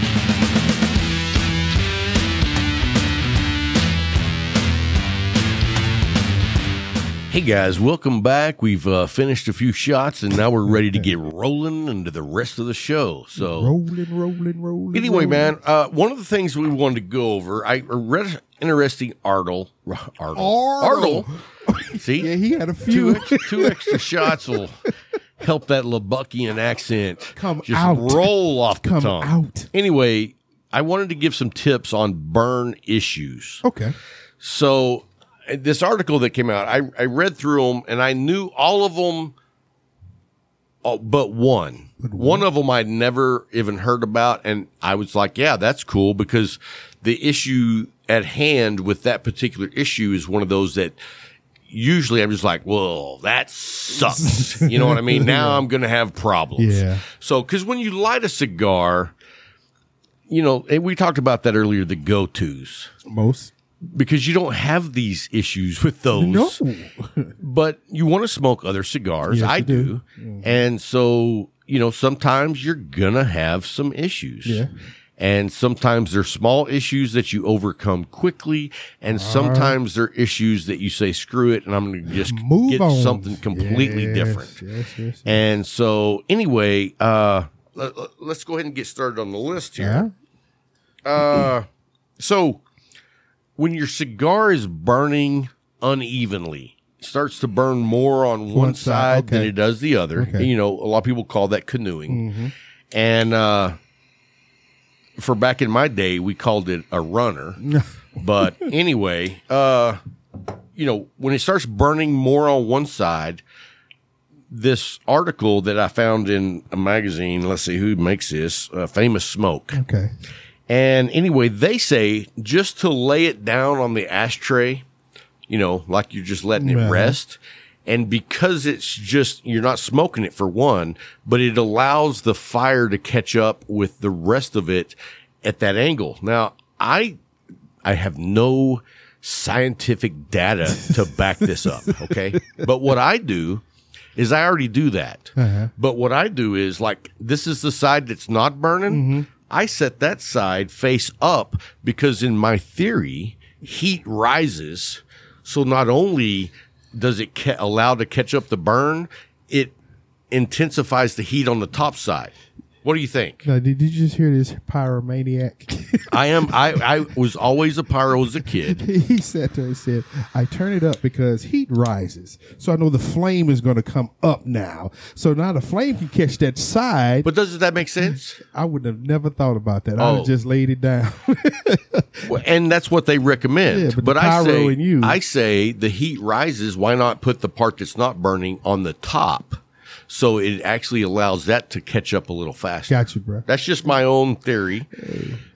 Speaker 2: Hey guys, welcome back. We've uh, finished a few shots and now we're ready to get rolling into the rest of the show. So,
Speaker 3: Rolling, rolling, rolling.
Speaker 2: Anyway,
Speaker 3: rolling.
Speaker 2: man, uh, one of the things we wanted to go over, I read an interesting article. Article.
Speaker 3: Artle.
Speaker 2: Article. See?
Speaker 3: Yeah, he had a few.
Speaker 2: two, extra, two extra shots will help that Lubuckian accent
Speaker 3: Come
Speaker 2: just
Speaker 3: out.
Speaker 2: roll off the
Speaker 3: Come
Speaker 2: tongue.
Speaker 3: out.
Speaker 2: Anyway, I wanted to give some tips on burn issues.
Speaker 3: Okay.
Speaker 2: So uh, this article that came out, I, I read through them and I knew all of them uh, but one. One of them I'd never even heard about. And I was like, yeah, that's cool because the issue at hand with that particular issue is one of those that usually I'm just like, whoa, that sucks. you know what I mean? Now I'm going to have problems.
Speaker 3: Yeah.
Speaker 2: So, because when you light a cigar, you know, and we talked about that earlier, the go tos,
Speaker 3: Most.
Speaker 2: because you don't have these issues with those
Speaker 3: No.
Speaker 2: but you want to smoke other cigars.
Speaker 3: Yes,
Speaker 2: I
Speaker 3: you
Speaker 2: do.
Speaker 3: do. Mm-hmm.
Speaker 2: And so, you know, sometimes you're going to have some issues.
Speaker 3: Yeah.
Speaker 2: And sometimes they're small issues that you overcome quickly. And sometimes they're issues that you say, screw it, and I'm going to just
Speaker 3: Move
Speaker 2: get
Speaker 3: on.
Speaker 2: something completely
Speaker 3: Yes,
Speaker 2: different.
Speaker 3: Yes, yes.
Speaker 2: And so, anyway, uh, let, let- let's go ahead and get started on the list here.
Speaker 3: Yeah.
Speaker 2: So when your cigar is burning unevenly, it starts to burn more on one,
Speaker 3: One
Speaker 2: side
Speaker 3: side,
Speaker 2: than
Speaker 3: okay.
Speaker 2: it does the other.
Speaker 3: Okay.
Speaker 2: You know, a lot of people call that canoeing. And uh for back in my day, we called it a runner. but anyway, uh you know, when it starts burning more on one side, this article that I found in a magazine, let's see who makes this, uh, Famous Smoke.
Speaker 3: Okay.
Speaker 2: And anyway, they say just to lay it down on the ashtray, you know, like you're just letting it
Speaker 3: Right.
Speaker 2: rest. And because it's just, you're not smoking it for one, but it allows the fire to catch up with the rest of it at that angle. Now, I, I have no scientific data to back this up. Okay. But what I do is I already do that.
Speaker 3: Uh-huh.
Speaker 2: But what I do is like this is the side that's not burning. I set that side face up because in my theory, heat rises. So not only does it ca- allow to catch up the burn, it intensifies the heat on the top side. What do you think?
Speaker 3: Now, did you just hear this pyromaniac?
Speaker 2: I am. I, I was always a pyro as a kid.
Speaker 3: he said to he said, I turn it up because heat rises. So I know the flame is going to come up now. So now the flame can catch that side.
Speaker 2: But doesn't that make sense?
Speaker 3: I would have never thought about that. I would
Speaker 2: Oh.
Speaker 3: have just laid it down.
Speaker 2: Well, and that's what they recommend.
Speaker 3: Yeah,
Speaker 2: but
Speaker 3: but the
Speaker 2: I
Speaker 3: pyro
Speaker 2: say,
Speaker 3: in you-
Speaker 2: I say the heat rises. Why not put the part that's not burning on the top, so it actually allows that to catch up a little faster.
Speaker 3: Got you, bro. Ain't
Speaker 2: That's just my own theory.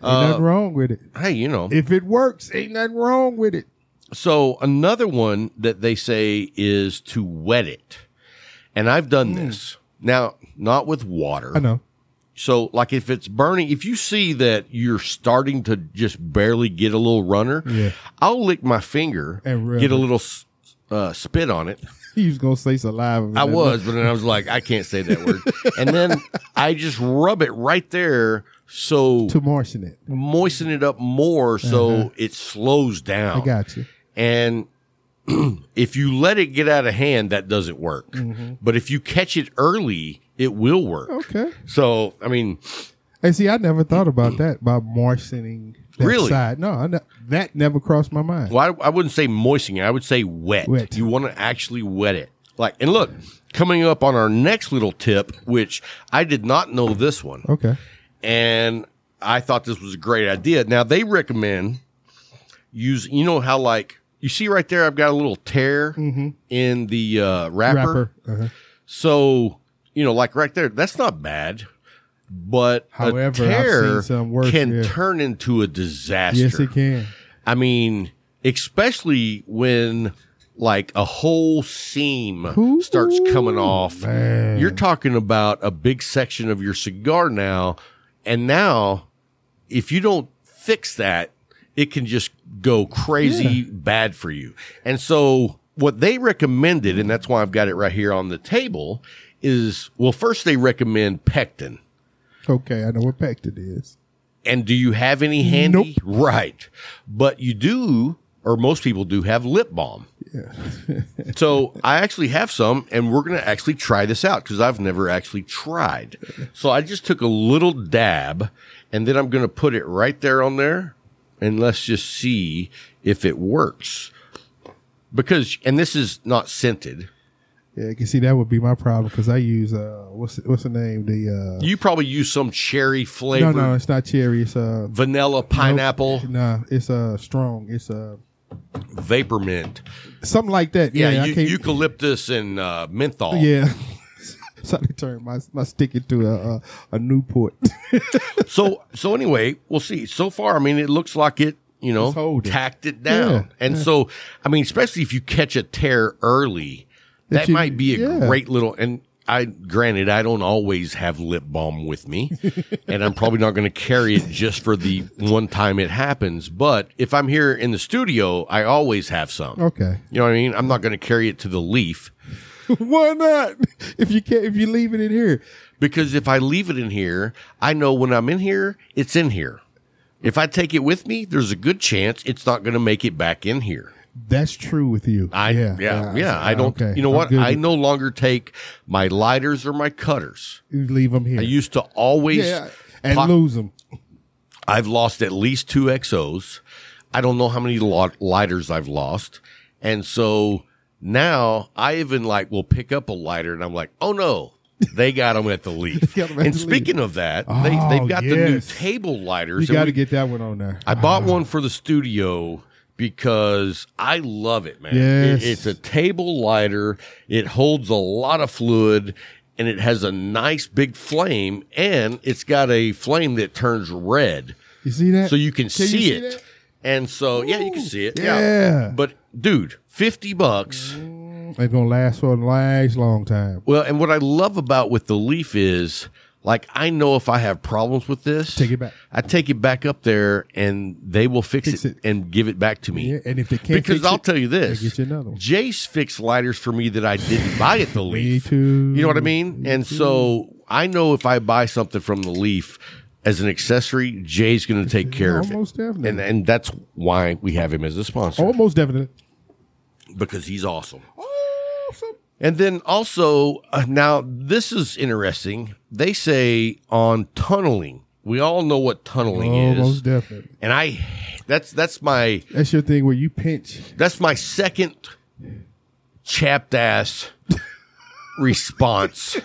Speaker 2: Uh,
Speaker 3: nothing wrong with it.
Speaker 2: Hey, you know.
Speaker 3: If it works, ain't nothing wrong with it.
Speaker 2: So another one that they say is to wet it, and I've done this now, not with water.
Speaker 3: Mm. I know.
Speaker 2: So, like, if it's burning, if you see that you're starting to just barely get a little runner,
Speaker 3: Yeah.
Speaker 2: I'll lick my finger
Speaker 3: And rub
Speaker 2: get a
Speaker 3: it.
Speaker 2: little s- uh, spit on it.
Speaker 3: He was going to say saliva.
Speaker 2: I was, but then I was like, I can't say that word. and then I just rub it right there, so
Speaker 3: To Martian it.
Speaker 2: moisten it up more, so it slows down.
Speaker 3: I got you.
Speaker 2: And if you let it get out of hand, that doesn't work. But if you catch it early, it will work.
Speaker 3: Mm-hmm. Okay.
Speaker 2: So, I mean.
Speaker 3: And see, I never thought about that by Martianing that
Speaker 2: Really?
Speaker 3: side. No, I ne- that never crossed my mind.
Speaker 2: Well, I, I wouldn't say moistening. I would say wet.
Speaker 3: Wet.
Speaker 2: You want to actually wet it. Like, and look, coming up on our next little tip, which I did not know this one,
Speaker 3: Okay.
Speaker 2: and I thought this was a great idea. Now they recommend use. You know how like you see right there, I've got a little tear
Speaker 3: Mm-hmm.
Speaker 2: in the uh,
Speaker 3: Rapper. Uh-huh.
Speaker 2: so, you know, like right there, that's not bad. But
Speaker 3: However,
Speaker 2: a
Speaker 3: I've
Speaker 2: tear
Speaker 3: seen some worse,
Speaker 2: can
Speaker 3: yeah.
Speaker 2: turn into a disaster.
Speaker 3: Yes, it can.
Speaker 2: I mean, especially when like a whole seam
Speaker 3: Ooh,
Speaker 2: starts coming off.
Speaker 3: man.
Speaker 2: You're talking about a big section of your cigar now. And now, if you don't fix that, it can just go crazy bad for you. And so, what they recommended, and that's why I've got it right here on the table, is well, first they recommend pectin.
Speaker 3: Okay, I know what pectin is.
Speaker 2: And do you have any handy? Right. But you do, or most people do have lip balm. Yeah. so I actually have some, and we're going to actually try this out because I've never actually tried. So I just took a little dab, and then I'm going to put it right there on there, and let's just see if it works. Because, and this is not scented.
Speaker 3: Yeah, you can see that would be my problem because I use uh, what's what's the name? The uh,
Speaker 2: You probably use some cherry
Speaker 3: no,
Speaker 2: flavor,
Speaker 3: no, it's not cherry. It's uh,
Speaker 2: vanilla, pineapple,
Speaker 3: nah, it's uh, strong. It's uh,
Speaker 2: vapor mint.
Speaker 3: something like that.
Speaker 2: Yeah,
Speaker 3: Yeah, I
Speaker 2: eu-
Speaker 3: can't.
Speaker 2: eucalyptus and uh, menthol.
Speaker 3: yeah. so I turned my my stick into a a, a Newport.
Speaker 2: So so anyway, we'll see. So far, I mean, it looks like it you know,
Speaker 3: Just hold it.
Speaker 2: tacked it down.
Speaker 3: Yeah,
Speaker 2: And so, I mean, especially if you catch a tear early, that,
Speaker 3: That you-
Speaker 2: might be a
Speaker 3: yeah.
Speaker 2: great little. And I, granted, I don't always have lip balm with me, and I'm probably not going to carry it just for the one time it happens. But if I'm here in the studio, I always have some.
Speaker 3: Okay.
Speaker 2: You know what I mean? I'm not going to carry it to the leaf
Speaker 3: Why not? If you can't, if you leave it in here,
Speaker 2: because if I leave it in here, I know when I'm in here, it's in here. If I take it with me, there's a good chance it's not going to make it back in here.
Speaker 3: that's true with you.
Speaker 2: I yeah yeah, I don't.
Speaker 3: okay.
Speaker 2: You know
Speaker 3: I'm
Speaker 2: what?
Speaker 3: good
Speaker 2: I
Speaker 3: with-
Speaker 2: no longer take my lighters or my cutters.
Speaker 3: you leave them here.
Speaker 2: I used to always.
Speaker 3: yeah, and
Speaker 2: pock-
Speaker 3: lose them.
Speaker 2: I've lost at least two XOs. I don't know how many lo- lighters I've lost, and so now I even like will pick up a lighter and I'm like, oh no. They got them at the leaf.
Speaker 3: got 'em at
Speaker 2: and
Speaker 3: the
Speaker 2: speaking of that, they,
Speaker 3: Oh,
Speaker 2: they've got the new
Speaker 3: yes.
Speaker 2: table lighters.
Speaker 3: You
Speaker 2: and
Speaker 3: got to
Speaker 2: we-
Speaker 3: get Ah. that one on there.
Speaker 2: I bought one for the studio because I love it, man.
Speaker 3: Yes.
Speaker 2: It- it's a table lighter. It holds a lot of fluid and it has a nice big flame and it's got a flame that turns red
Speaker 3: You see that?
Speaker 2: so you can,
Speaker 3: you
Speaker 2: see,
Speaker 3: see
Speaker 2: it.
Speaker 3: that?
Speaker 2: And so, yeah, you can see it.
Speaker 3: yeah.
Speaker 2: But dude, 50 bucks.
Speaker 3: It's gonna last for a large, long time.
Speaker 2: Well, and what I love about with the leaf is like I know if I have problems with this,
Speaker 3: Take it back.
Speaker 2: I take it back up there, and they will fix,
Speaker 3: Fix
Speaker 2: it,
Speaker 3: it.
Speaker 2: and give it back to me.
Speaker 3: Yeah, and if they can't
Speaker 2: because
Speaker 3: fix
Speaker 2: I'll
Speaker 3: it,
Speaker 2: tell you this,
Speaker 3: they get you another one.
Speaker 2: Jace fixed lighters for me that I didn't buy at the leaf.
Speaker 3: too.
Speaker 2: You know what I mean? And so I know if I buy something from the leaf as an accessory, Jay's going to take care of it.
Speaker 3: Almost Oh. definitely.
Speaker 2: And and that's why we have him as a sponsor
Speaker 3: Almost definitely.
Speaker 2: because he's awesome.
Speaker 3: Awesome.
Speaker 2: And then also, uh, now this is interesting. They say on tunneling, we all know what tunneling is,
Speaker 3: Almost Oh, definitely.
Speaker 2: and I that's that's my
Speaker 3: That's your thing where you pinch.
Speaker 2: that's my second chapped ass response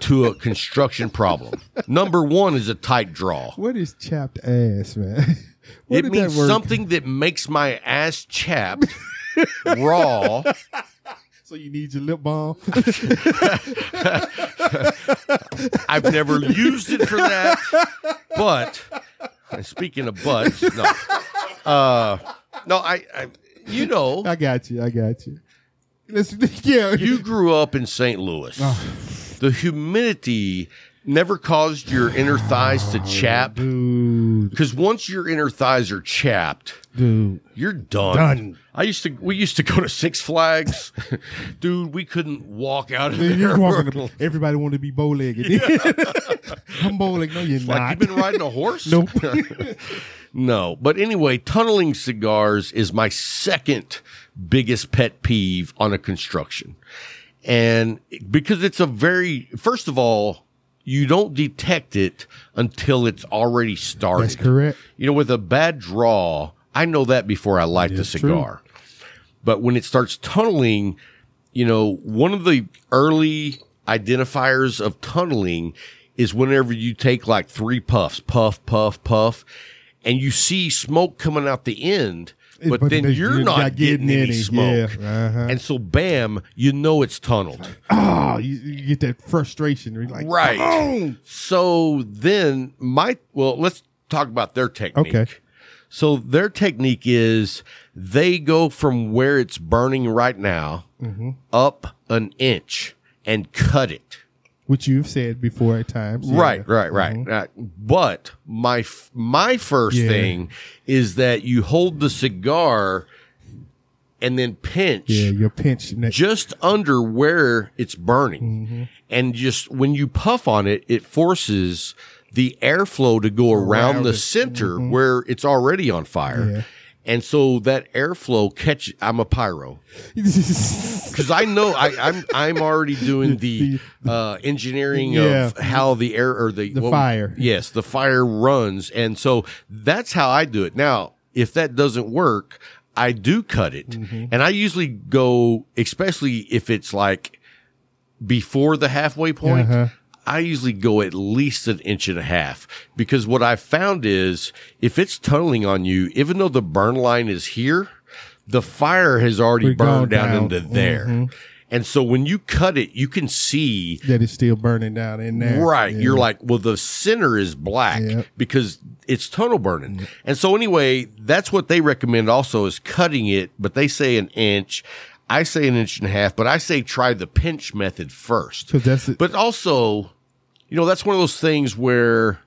Speaker 2: to a construction problem. Number one is a tight draw.
Speaker 3: What is chapped ass, man? Where
Speaker 2: it
Speaker 3: did
Speaker 2: means
Speaker 3: that word-
Speaker 2: something that makes my ass chapped, raw.
Speaker 3: So you need your lip balm.
Speaker 2: I've never used it for that. But and speaking of butts, no, uh, no, I, I, you know,
Speaker 3: I got you. I got you. Let's, yeah.
Speaker 2: you grew up in St. Louis. The humidity never caused your inner thighs to chap
Speaker 3: dude,
Speaker 2: because once your inner thighs are chapped,
Speaker 3: dude.
Speaker 2: you're done.
Speaker 3: Done.
Speaker 2: I used to. We used to go to Six Flags, dude. We couldn't walk out of there.
Speaker 3: Dude, You're walking. Everybody wanted to be bow legged. I'm bow legged. No, you're
Speaker 2: Like
Speaker 3: not.
Speaker 2: you've been riding a horse?
Speaker 3: Nope.
Speaker 2: no. But anyway, tunneling cigars is my second biggest pet peeve on a construction. And because it's a very first of all, you don't detect it until it's already started.
Speaker 3: That's correct.
Speaker 2: You know, with a bad draw, I know that before I light the
Speaker 3: It's true.
Speaker 2: cigar. But when it starts tunneling, you know, one of the early identifiers of tunneling is whenever you take like three puffs, puff, puff, puff, and you see smoke coming out the end,
Speaker 3: It-
Speaker 2: but,
Speaker 3: but
Speaker 2: then
Speaker 3: they-
Speaker 2: you're,
Speaker 3: you're
Speaker 2: not,
Speaker 3: not
Speaker 2: getting,
Speaker 3: getting
Speaker 2: any
Speaker 3: any,
Speaker 2: smoke.
Speaker 3: yeah, uh-huh.
Speaker 2: And so, bam, you know it's tunneled.
Speaker 3: Oh, you, you get that frustration. You're like,
Speaker 2: Right.
Speaker 3: come on.
Speaker 2: So then my well, let's talk about their technique.
Speaker 3: Okay.
Speaker 2: So their technique is they go from where it's burning right now
Speaker 3: Mm-hmm.
Speaker 2: up an inch and cut it.
Speaker 3: Which you've said before at times. yeah. Mm-hmm.
Speaker 2: Right, right, right, right. But my f- my first
Speaker 3: Yeah.
Speaker 2: thing is that you hold the cigar and then pinch
Speaker 3: Yeah, you're pinched. neck.
Speaker 2: just under where it's burning.
Speaker 3: Mm-hmm.
Speaker 2: And just when you puff on it, it forces the airflow to go around,
Speaker 3: Around
Speaker 2: the
Speaker 3: it. Mm-hmm.
Speaker 2: center where it's already on fire.
Speaker 3: Yeah.
Speaker 2: And so that airflow catch I'm a pyro. Because I know I, I'm I'm already doing the uh, engineering
Speaker 3: Yeah.
Speaker 2: of how the air or the,
Speaker 3: The fire.
Speaker 2: Yes, the fire runs, and so that's how I do it. Now, if that doesn't work, I do cut it,
Speaker 3: Mm-hmm.
Speaker 2: and I usually go, especially if it's like before the halfway point.
Speaker 3: Uh-huh.
Speaker 2: I usually go at least an inch and a half because what I found is if it's tunneling on you, even though the burn line is here, the fire has already
Speaker 3: We've
Speaker 2: burned
Speaker 3: gone Mm-hmm.
Speaker 2: down,
Speaker 3: down.
Speaker 2: into there. And so when you cut it, you can see
Speaker 3: that is still burning down in there.
Speaker 2: Right.
Speaker 3: Yeah.
Speaker 2: You're like, well, the center is black
Speaker 3: Yep.
Speaker 2: because it's tunnel burning. And so anyway, that's what they recommend also is cutting it, but they say an inch. I say an inch and a half, but I say try the pinch method first.
Speaker 3: 'Cause that's it.
Speaker 2: But also, you know, that's one of those things where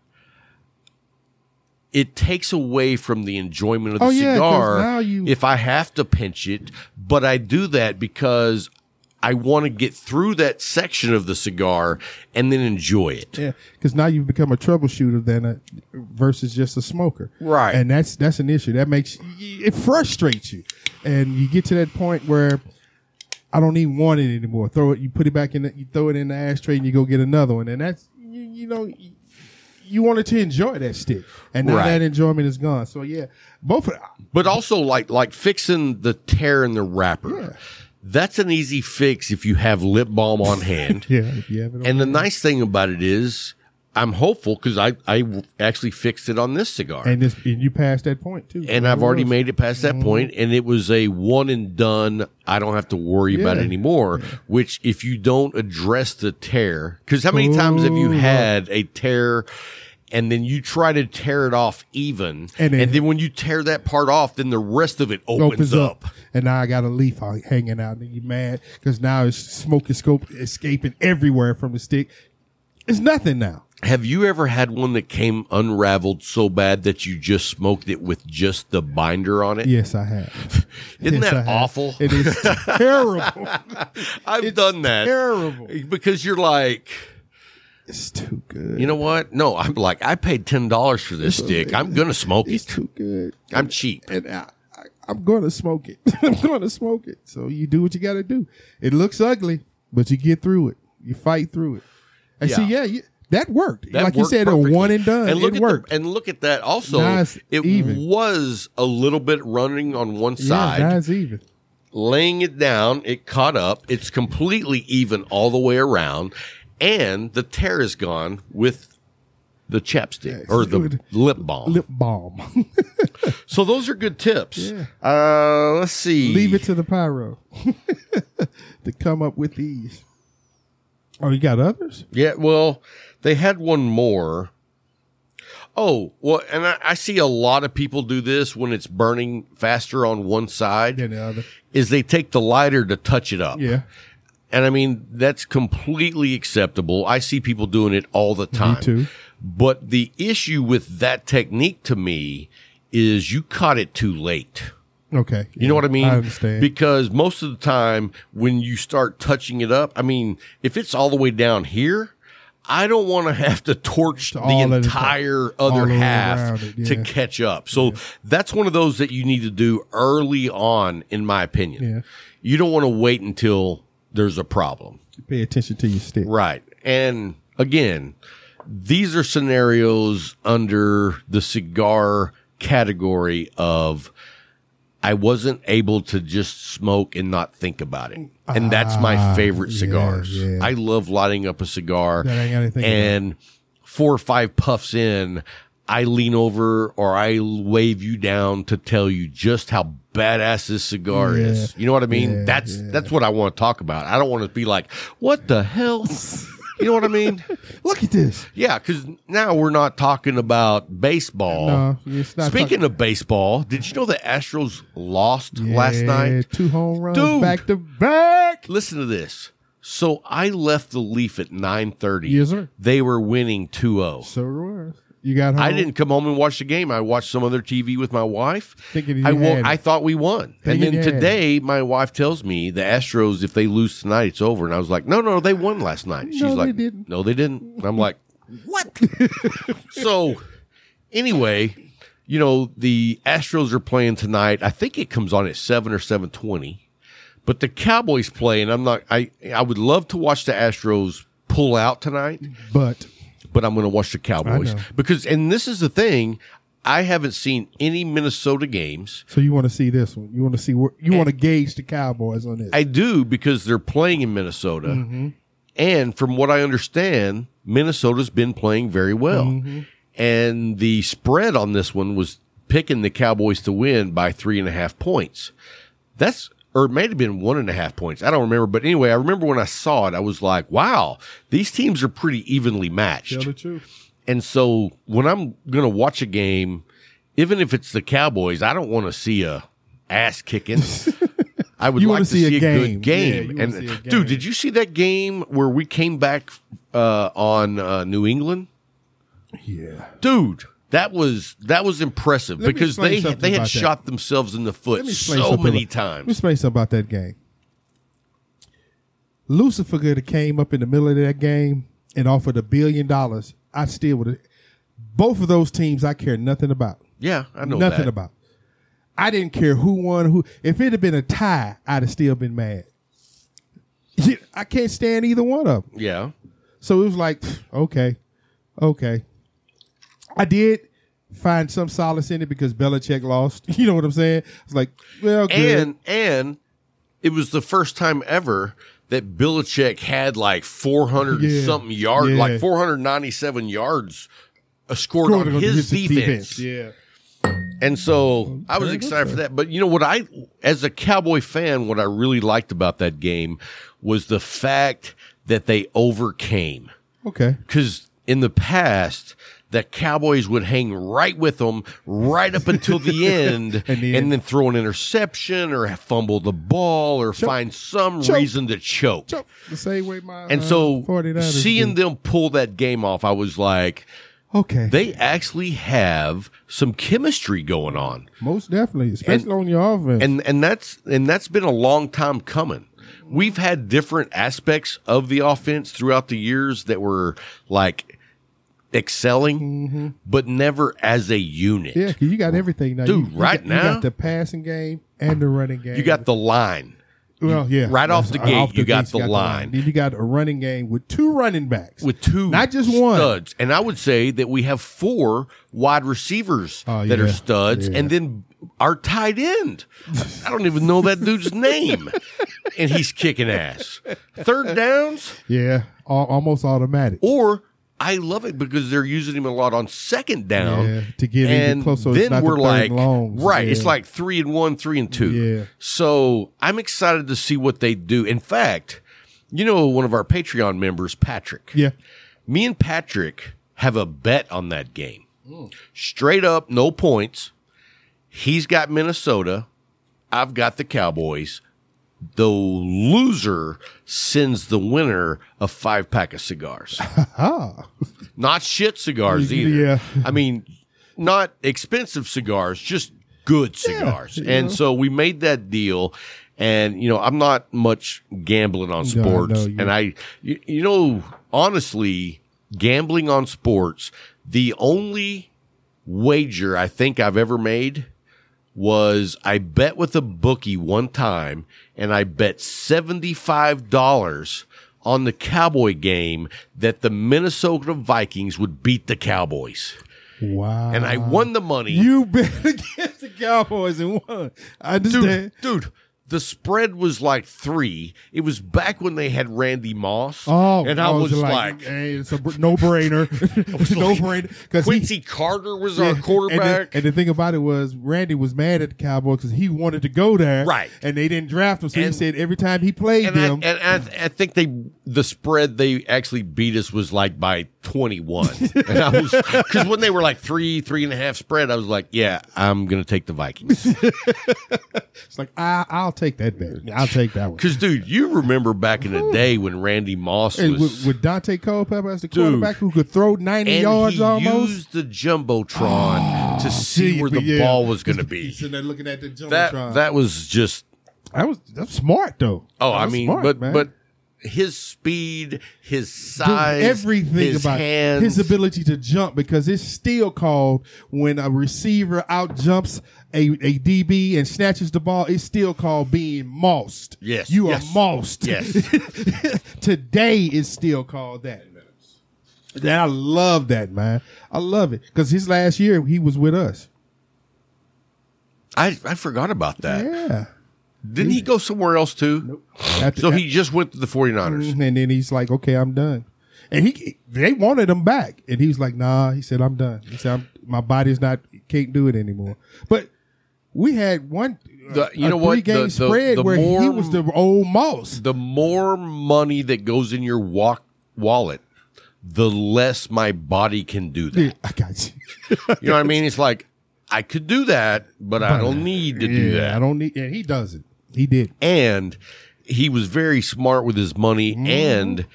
Speaker 2: it takes away from the enjoyment of the
Speaker 3: Oh, yeah, 'cause
Speaker 2: cigar
Speaker 3: now you-
Speaker 2: if I have to pinch it, but I do that because I want to get through that section of the cigar and then enjoy it.
Speaker 3: Yeah, because now you've become a troubleshooter than a versus just a smoker,
Speaker 2: Right.
Speaker 3: And that's that's an issue that makes it frustrates you, and you get to that point where I don't even want it anymore. Throw it, you put it back in, the, you throw it in the ashtray, and you go get another one, and that's you, you know. You, you wanted to enjoy that stick, and now
Speaker 2: Right.
Speaker 3: that enjoyment is gone. So yeah, both. Of,
Speaker 2: But also like like fixing the tear in the wrapper. That's an easy fix if you have lip balm on hand.
Speaker 3: yeah, if you have it. on-
Speaker 2: And the nice thing about it is I'm hopeful because I, I actually fixed it on this cigar.
Speaker 3: and this, and you passed that point too.
Speaker 2: and I've already
Speaker 3: Everywhere
Speaker 2: made it past
Speaker 3: Mm-hmm.
Speaker 2: that point, and it was a one and done. I don't have to worry about it
Speaker 3: Yeah.
Speaker 2: anymore. Which, if you don't address the tear, because how many times have you had a tear, and then you try to tear it off even, and,
Speaker 3: And it-
Speaker 2: then when you tear that part off, then the rest of it
Speaker 3: it
Speaker 2: opens, up.
Speaker 3: and now I got a leaf out- hanging out, and you mad because now it's smoke and scope escaping everywhere from the stick. It's nothing now.
Speaker 2: Have you ever had one that came unraveled so bad that you just smoked it with just the binder on it?
Speaker 3: Yes, I have.
Speaker 2: Isn't
Speaker 3: Yes, I
Speaker 2: that
Speaker 3: have.
Speaker 2: awful?
Speaker 3: It is terrible.
Speaker 2: I've done that.
Speaker 3: terrible.
Speaker 2: Because you're like,
Speaker 3: It's too good.
Speaker 2: You know what? No, I'm like I paid ten dollars for this stick. I'm gonna smoke
Speaker 3: it's
Speaker 2: it.
Speaker 3: too good.
Speaker 2: I'm cheap.
Speaker 3: and I, I, I'm going to smoke it. I'm going to smoke it. So you do what you got to do. It looks ugly, but you get through it. You fight through it. And see,
Speaker 2: Yeah.
Speaker 3: yeah, you, that worked.
Speaker 2: That
Speaker 3: like you
Speaker 2: worked
Speaker 3: said,
Speaker 2: perfectly.
Speaker 3: a one and done.
Speaker 2: And look
Speaker 3: it
Speaker 2: at
Speaker 3: worked.
Speaker 2: The, and look at that. Also,
Speaker 3: Now it's
Speaker 2: it
Speaker 3: even.
Speaker 2: was a little bit running on one
Speaker 3: yeah,
Speaker 2: side.
Speaker 3: now it's even.
Speaker 2: laying it down, it caught up. It's completely even all the way around, and the tear is gone with the chapstick or the
Speaker 3: Good.
Speaker 2: lip balm.
Speaker 3: Lip balm.
Speaker 2: So those are good tips.
Speaker 3: Yeah.
Speaker 2: Uh, let's see.
Speaker 3: Leave it to the pyro to come up with these. Oh, you got others?
Speaker 2: Yeah, well, they had one more. Oh, well, and I, I see a lot of people do this when it's burning faster on one side,
Speaker 3: Yeah, the other.
Speaker 2: is they take the lighter to touch it up.
Speaker 3: Yeah,
Speaker 2: And I mean, that's completely acceptable. I see people doing it all the time.
Speaker 3: too.
Speaker 2: But the issue with that technique to me is you caught it too late.
Speaker 3: Okay.
Speaker 2: You know what I mean?
Speaker 3: I understand.
Speaker 2: Because most of the time when you start touching it up, I mean, if it's all the way down here, I don't want to have to torch the
Speaker 3: all of the-
Speaker 2: entire
Speaker 3: all
Speaker 2: other
Speaker 3: the way
Speaker 2: half
Speaker 3: around it,
Speaker 2: to
Speaker 3: yeah.
Speaker 2: catch up. So that's one of those that you need to do early on, in my opinion.
Speaker 3: Yeah.
Speaker 2: You don't want to wait until there's a problem.
Speaker 3: Pay attention to your stick.
Speaker 2: Right. And again, these are scenarios under the cigar category of I wasn't able to just smoke and not think about it. And that's my
Speaker 3: Ah,
Speaker 2: favorite
Speaker 3: yeah,
Speaker 2: cigars.
Speaker 3: yeah.
Speaker 2: I love lighting up a cigar.
Speaker 3: That ain't got anything to do.
Speaker 2: and four or five puffs in, I lean over or I wave you down to tell you just how badass this cigar is. You know what I mean?
Speaker 3: yeah,
Speaker 2: that's that's what I want to talk about. I don't want to be like, what the hell? you know what I mean?
Speaker 3: Look at this.
Speaker 2: Yeah, because now we're not talking about baseball.
Speaker 3: No, it's not
Speaker 2: Speaking
Speaker 3: talking-
Speaker 2: of baseball, did you know the Astros lost last
Speaker 3: Yeah,
Speaker 2: night?
Speaker 3: two home runs
Speaker 2: Dude.
Speaker 3: back to back.
Speaker 2: Listen to this. So I left the Leaf at 9.30.
Speaker 3: Yes, sir.
Speaker 2: They were winning oh. 2-0.
Speaker 3: So it was. You got home.
Speaker 2: I didn't come home and watch the game. I watched some other TV with my wife.
Speaker 3: Thinking you
Speaker 2: I, wo-
Speaker 3: had it.
Speaker 2: I thought we won.
Speaker 3: Thinking
Speaker 2: and then
Speaker 3: you had it.
Speaker 2: today, my wife tells me the Astros, if they lose tonight, it's over. And I was like, no, no, they won last night. She's
Speaker 3: they
Speaker 2: like,
Speaker 3: didn't.
Speaker 2: no, they didn't. And I'm like, what? so, anyway, you know the Astros are playing tonight. I think it comes on at seven or seven twenty. But the Cowboys play, and I'm not. I I would love to watch the Astros pull out tonight
Speaker 3: But
Speaker 2: but I'm going to watch the Cowboys
Speaker 3: know.
Speaker 2: because, and this is the thing, I haven't seen any Minnesota games.
Speaker 3: so you want to see this one? You want to see where you want to gauge the Cowboys on this?
Speaker 2: I do because they're playing in Minnesota, and from what I understand, Minnesota's been playing very well, and the spread on this one was picking the Cowboys to win by three and a half points. That's or it may have been one and a half points. I don't remember. But anyway, I remember when I saw it, I was like, wow, these teams are pretty evenly matched.
Speaker 3: Tell the truth.
Speaker 2: And so when I'm going to watch a game, even if it's the Cowboys, I don't want to see a ass kicking. I would
Speaker 3: You
Speaker 2: like
Speaker 3: wanna
Speaker 2: to see,
Speaker 3: see a
Speaker 2: a,
Speaker 3: game.
Speaker 2: good game.
Speaker 3: Yeah, you
Speaker 2: and
Speaker 3: wanna see a game.
Speaker 2: dude, did you see that game where we came back uh, on uh, New England?
Speaker 3: Yeah.
Speaker 2: Dude, that was that was impressive
Speaker 3: Let me
Speaker 2: because
Speaker 3: explain
Speaker 2: they
Speaker 3: something
Speaker 2: they had
Speaker 3: about that.
Speaker 2: shot themselves in the foot
Speaker 3: explain
Speaker 2: so
Speaker 3: something
Speaker 2: many
Speaker 3: about- Let me
Speaker 2: times.
Speaker 3: explain something about that game. Lucifer could have came up in the middle of that game and offered a billion dollars. I still would have. Both of those teams, I care nothing about.
Speaker 2: Yeah, I know
Speaker 3: nothing
Speaker 2: that.
Speaker 3: about. I didn't care who won. Who? If it had been a tie, I'd have still been mad. I can't stand either one of them.
Speaker 2: yeah.
Speaker 3: So it was like, pff, okay, okay. I did find some solace in it because Belichick lost. You know what I'm saying? It's like, well, good.
Speaker 2: And and it was the first time ever that Belichick had like 400 and
Speaker 3: Yeah.
Speaker 2: something yards,
Speaker 3: Yeah.
Speaker 2: like 497 yards uh, scored,
Speaker 3: Scored
Speaker 2: on his, defense.
Speaker 3: Yeah.
Speaker 2: And so I was
Speaker 3: very good
Speaker 2: excited
Speaker 3: for
Speaker 2: for that. But you know what I as a Cowboy fan, what I really liked about that game was the fact that they overcame
Speaker 3: Okay.
Speaker 2: because in the past the Cowboys would hang right with them right up until the end,
Speaker 3: And
Speaker 2: and,
Speaker 3: the end.
Speaker 2: then throw an interception or fumble the ball or find some
Speaker 3: Choke.
Speaker 2: reason to choke.
Speaker 3: So, the same way my
Speaker 2: And
Speaker 3: uh,
Speaker 2: so
Speaker 3: 49ers
Speaker 2: seeing
Speaker 3: did.
Speaker 2: them pull that game off, I was like,
Speaker 3: okay,
Speaker 2: they actually have some chemistry going on.
Speaker 3: most definitely, especially on your offense.
Speaker 2: and and that's and that's been a long time coming. We've had different aspects of the offense throughout the years that were like excelling, but never as a unit.
Speaker 3: Mm-hmm. yeah, 'cause you got everything now,
Speaker 2: Dude,
Speaker 3: You- you
Speaker 2: right
Speaker 3: got- you
Speaker 2: now-
Speaker 3: got the passing game and the running game.
Speaker 2: You got the line.
Speaker 3: well, yeah,
Speaker 2: right off the gate, you got
Speaker 3: gates,
Speaker 2: the line.
Speaker 3: Then you got a running game with two running backs
Speaker 2: with two
Speaker 3: Not just one.
Speaker 2: studs and i would say that we have four wide receivers
Speaker 3: Oh,
Speaker 2: that
Speaker 3: yeah.
Speaker 2: are studs
Speaker 3: Yeah.
Speaker 2: and then our tight end i don't even know that dude's name and he's kicking ass third downs
Speaker 3: Yeah, all, almost automatic.
Speaker 2: or I love it because they're using him a lot on second down
Speaker 3: Yeah, to get even
Speaker 2: and
Speaker 3: close so it's
Speaker 2: then
Speaker 3: not the
Speaker 2: we're
Speaker 3: third
Speaker 2: like,
Speaker 3: and longs.
Speaker 2: right? It's
Speaker 3: Yeah.
Speaker 2: like three and one, three and two.
Speaker 3: Yeah.
Speaker 2: So I'm excited to see what they do. In fact, you know, one of our Patreon members, Patrick.
Speaker 3: Yeah,
Speaker 2: Me and Patrick have a bet on that game. Straight up, no points. He's got Minnesota. I've got the Cowboys. The loser sends the winner a five pack of cigars. not shit cigars
Speaker 3: Y-
Speaker 2: either.
Speaker 3: yeah.
Speaker 2: I mean, not expensive cigars, just good cigars.
Speaker 3: you
Speaker 2: and
Speaker 3: know.
Speaker 2: so we made that deal. And you know, I'm not much gambling on
Speaker 3: No,
Speaker 2: sports,
Speaker 3: no, you-
Speaker 2: and I, you, you know, honestly, gambling on sports, the only wager I think I've ever made was I bet with a bookie one time and I bet $75 on the Cowboy game that the Minnesota Vikings would beat the Cowboys.
Speaker 3: wow.
Speaker 2: And I won the money.
Speaker 3: You bet against the Cowboys and won. I understand.
Speaker 2: dude, dude, the spread was like three. It was back when they had Randy Moss.
Speaker 3: Oh,
Speaker 2: and I, was, like,
Speaker 3: hey, it's a no brainer, no brainer. Because
Speaker 2: Quincy Carter was our
Speaker 3: And
Speaker 2: quarterback.
Speaker 3: the, and the thing about it was, Randy was mad at the Cowboys because he wanted to go there,
Speaker 2: Right.
Speaker 3: And they didn't draft him, so he
Speaker 2: And-
Speaker 3: said every time he played
Speaker 2: and I,
Speaker 3: them,
Speaker 2: and I, I think they the spread they actually beat us was like by 21 and i was because when they were like three three and a half spread i was like yeah i'm gonna take the vikings
Speaker 3: it's like I, I'll take that bet. I'll take that one.
Speaker 2: because dude you remember back in the day when randy moss
Speaker 3: And
Speaker 2: was
Speaker 3: with, with Dante Culpepper as the quarterback who could throw ninety
Speaker 2: and
Speaker 3: yards
Speaker 2: he
Speaker 3: almost,
Speaker 2: used the jumbotron to see
Speaker 3: gee,
Speaker 2: where the
Speaker 3: yeah.
Speaker 2: ball was gonna be
Speaker 3: He's sitting there looking at the jumbotron.
Speaker 2: that
Speaker 3: That,
Speaker 2: that was just
Speaker 3: was that's smart though.
Speaker 2: oh
Speaker 3: That
Speaker 2: i
Speaker 3: was
Speaker 2: mean
Speaker 3: smart,
Speaker 2: but
Speaker 3: man.
Speaker 2: but his speed his
Speaker 3: Dude,
Speaker 2: size
Speaker 3: everything
Speaker 2: his
Speaker 3: about
Speaker 2: hands,
Speaker 3: his ability to jump because it's still called when a receiver out jumps a, a DB and snatches the ball. It's still called being mossed.
Speaker 2: Yes,
Speaker 3: you
Speaker 2: yes,
Speaker 3: are mossed.
Speaker 2: yes
Speaker 3: today is still called that. That I love that man. I love it because his last year he was with us.
Speaker 2: I, I forgot about that.
Speaker 3: Yeah.
Speaker 2: Didn't he go somewhere else too?
Speaker 3: After-
Speaker 2: So he just went to the 49ers.
Speaker 3: And then he's like, okay, I'm done. And he, they wanted him back, and he was like, nah. He said, I'm done. He said, I'm, my body's not, can't do it anymore. But we had one, uh,
Speaker 2: The- you
Speaker 3: a
Speaker 2: know what?
Speaker 3: three-game
Speaker 2: The- the-
Speaker 3: spread
Speaker 2: the
Speaker 3: where he
Speaker 2: more-
Speaker 3: was the old Moss.
Speaker 2: The more money that goes in your walk wallet, the less my body can do that.
Speaker 3: Dude, I got you.
Speaker 2: You know what I mean? It's like I could do that, but, I don't need to do
Speaker 3: yeah,
Speaker 2: that.
Speaker 3: I don't need. Yeah, he does it. He did.
Speaker 2: and he was very smart with his money
Speaker 3: Mm-hmm.
Speaker 2: and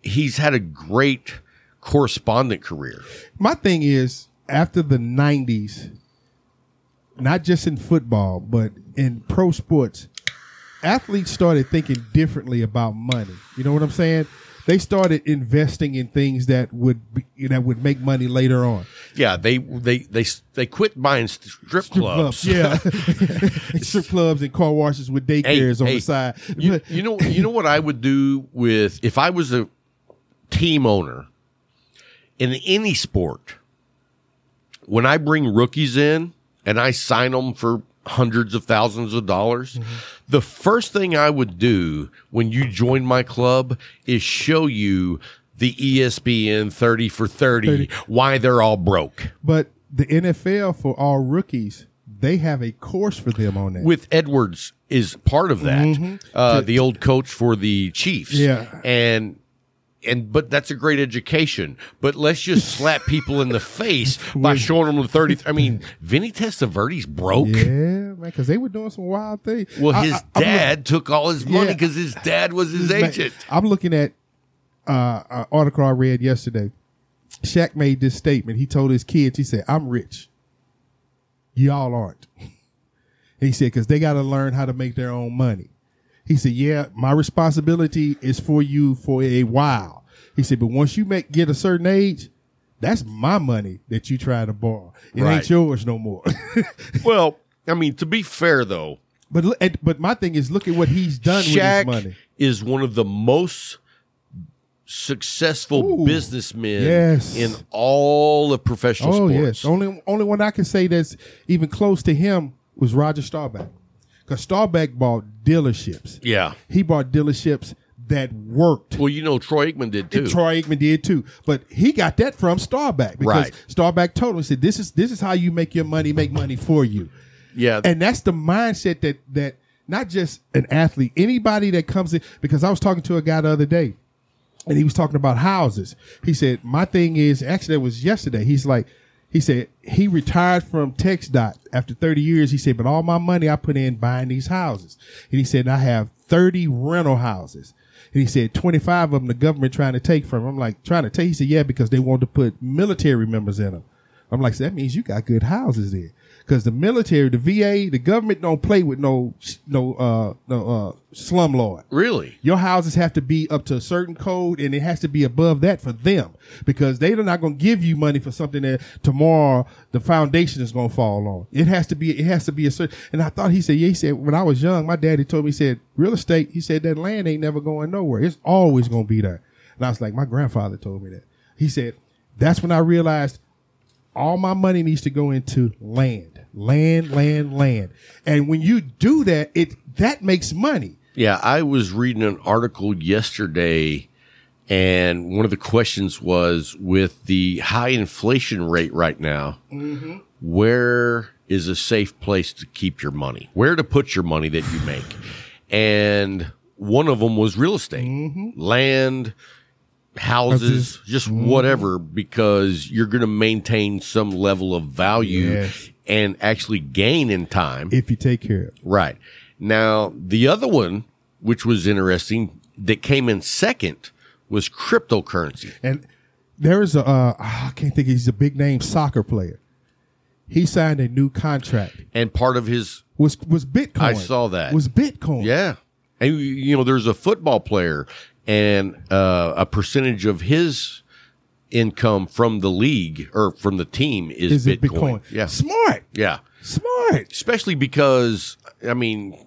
Speaker 2: he's had a great correspondent career.
Speaker 3: My thing is after the '90s, not just in football but in pro sports, athletes started thinking differently about money. You know what I'm saying? They started investing in things that would be, that would make money later on.
Speaker 2: Yeah, they they they they quit buying st- strip, clubs.
Speaker 3: Yeah, strip clubs and car washes with daycares on
Speaker 2: hey,
Speaker 3: the side.
Speaker 2: You,
Speaker 3: But-
Speaker 2: you know you know what I would do with if I was a team owner in any sport when I bring rookies in and I sign them for hundreds of thousands of dollars
Speaker 3: Mm-hmm.
Speaker 2: the first thing I would do when you join my club is show you the E ESPN 30 for 30 why they're all broke
Speaker 3: But the NFL for all rookies, they have a course for them on that.
Speaker 2: with Edwards is part of that. Uh, the old coach for the Chiefs.
Speaker 3: Mm-hmm. Yeah.
Speaker 2: And and but that's a great education. But let's just slap people in the face by showing them the 30. I mean, Vinny Testaverde's broke.
Speaker 3: yeah, man, because they were doing some wild things.
Speaker 2: Well,
Speaker 3: I-
Speaker 2: his
Speaker 3: I- I'm
Speaker 2: dad took all his money
Speaker 3: Yeah.
Speaker 2: because his dad was his
Speaker 3: looking-
Speaker 2: agent.
Speaker 3: I'm looking at uh, an article I read yesterday. Shaq made this statement. He told his kids, he said, "I'm rich. Y'all aren't." He said, "Because they got to learn how to make their own money." He said, "Yeah, my responsibility is for you for a while." He said, "But once you make get a certain age." That's my money that you try to borrow. It
Speaker 2: Right.
Speaker 3: ain't yours no more.
Speaker 2: Well, I mean, to be fair though,
Speaker 3: But look at, but my thing is, look at what he's done
Speaker 2: Shaq
Speaker 3: with his money.
Speaker 2: is one of the most successful
Speaker 3: Ooh.
Speaker 2: businessmen
Speaker 3: Yes.
Speaker 2: in all of professional
Speaker 3: Oh
Speaker 2: sports.
Speaker 3: yes, only only one I can say that's even close to him was Roger Staubach, because Staubach bought dealerships.
Speaker 2: Yeah.
Speaker 3: He bought dealerships that worked.
Speaker 2: Well, you know, Troy Aikman did too.
Speaker 3: And Troy Aikman did too, but he got that from Staubach because
Speaker 2: Right.
Speaker 3: Staubach told him, "said This is this is how you make your money, make money for you."
Speaker 2: yeah,
Speaker 3: and that's the mindset that that not just an athlete anybody that comes in because i was talking to a guy the other day and he was talking about houses he said my thing is actually that was yesterday he's like he said he retired from text dot after 30 years he said but all my money i put in buying these houses and he said i have 30 rental houses and he said 25 of them the government trying to take from him. i'm like trying to take he said yeah because they want to put military members in them I'm like, so that means you got good houses there, because the military, the VA, the government don't play with no no uh, no uh, slumlord.
Speaker 2: really.
Speaker 3: Your houses have to be up to a certain code, and it has to be above that for them, because they're not going to give you money for something that tomorrow the foundation is going to fall on. It has to be it has to be a certain. And I thought he said, yeah, he said when I was young, my daddy told me he said real estate. He said that land ain't never going nowhere. It's always going to be there. And I was like, my grandfather told me that. He said that's when I realized all my money needs to go into land, land, land, land. And when you do that, it that makes money.
Speaker 2: Yeah, I was reading an article yesterday, and one of the questions was with the high inflation rate right now,
Speaker 3: Mm-hmm.
Speaker 2: where is a safe place to keep your money? Where to put your money that you make? And one of them was real estate,
Speaker 3: Mm-hmm.
Speaker 2: land, houses, just whatever, because you're going to maintain some level of value
Speaker 3: Yes.
Speaker 2: and actually gain in time.
Speaker 3: If you take care of it.
Speaker 2: Right. Now, the other one, which was interesting, that came in second was cryptocurrency.
Speaker 3: And there is a uh, I can't think he's a big name soccer player. He signed a new contract.
Speaker 2: And part of his,
Speaker 3: Was was Bitcoin.
Speaker 2: I saw that.
Speaker 3: Was Bitcoin.
Speaker 2: yeah. And, you know, there's a football player and uh, a percentage of his income from the league or from the team is,
Speaker 3: Is
Speaker 2: Bitcoin.
Speaker 3: it Bitcoin?
Speaker 2: Yeah.
Speaker 3: Smart.
Speaker 2: Yeah.
Speaker 3: Smart.
Speaker 2: Especially because, I mean,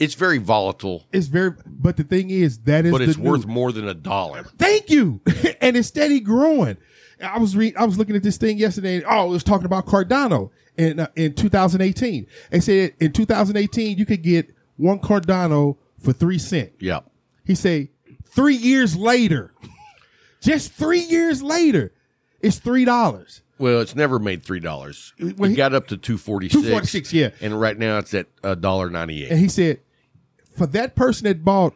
Speaker 2: it's very volatile,
Speaker 3: It's very but the thing is that is
Speaker 2: but it's
Speaker 3: the
Speaker 2: worth
Speaker 3: new-
Speaker 2: more than a dollar.
Speaker 3: Thank you. and it's steady growing. I was reading, I was looking at this thing yesterday. And, oh, it was talking about Cardano in uh, in 2018. They said in 2018 you could get one Cardano for three cent.
Speaker 2: Yeah.
Speaker 3: He said three years later, just three years later, it's three dollars.
Speaker 2: Well, it's never made three dollars. It
Speaker 3: Well, he-
Speaker 2: got up to two forty six.
Speaker 3: $2.46, yeah.
Speaker 2: And right now it's at a dollar ninety
Speaker 3: And
Speaker 2: eight.
Speaker 3: he said, for that person that bought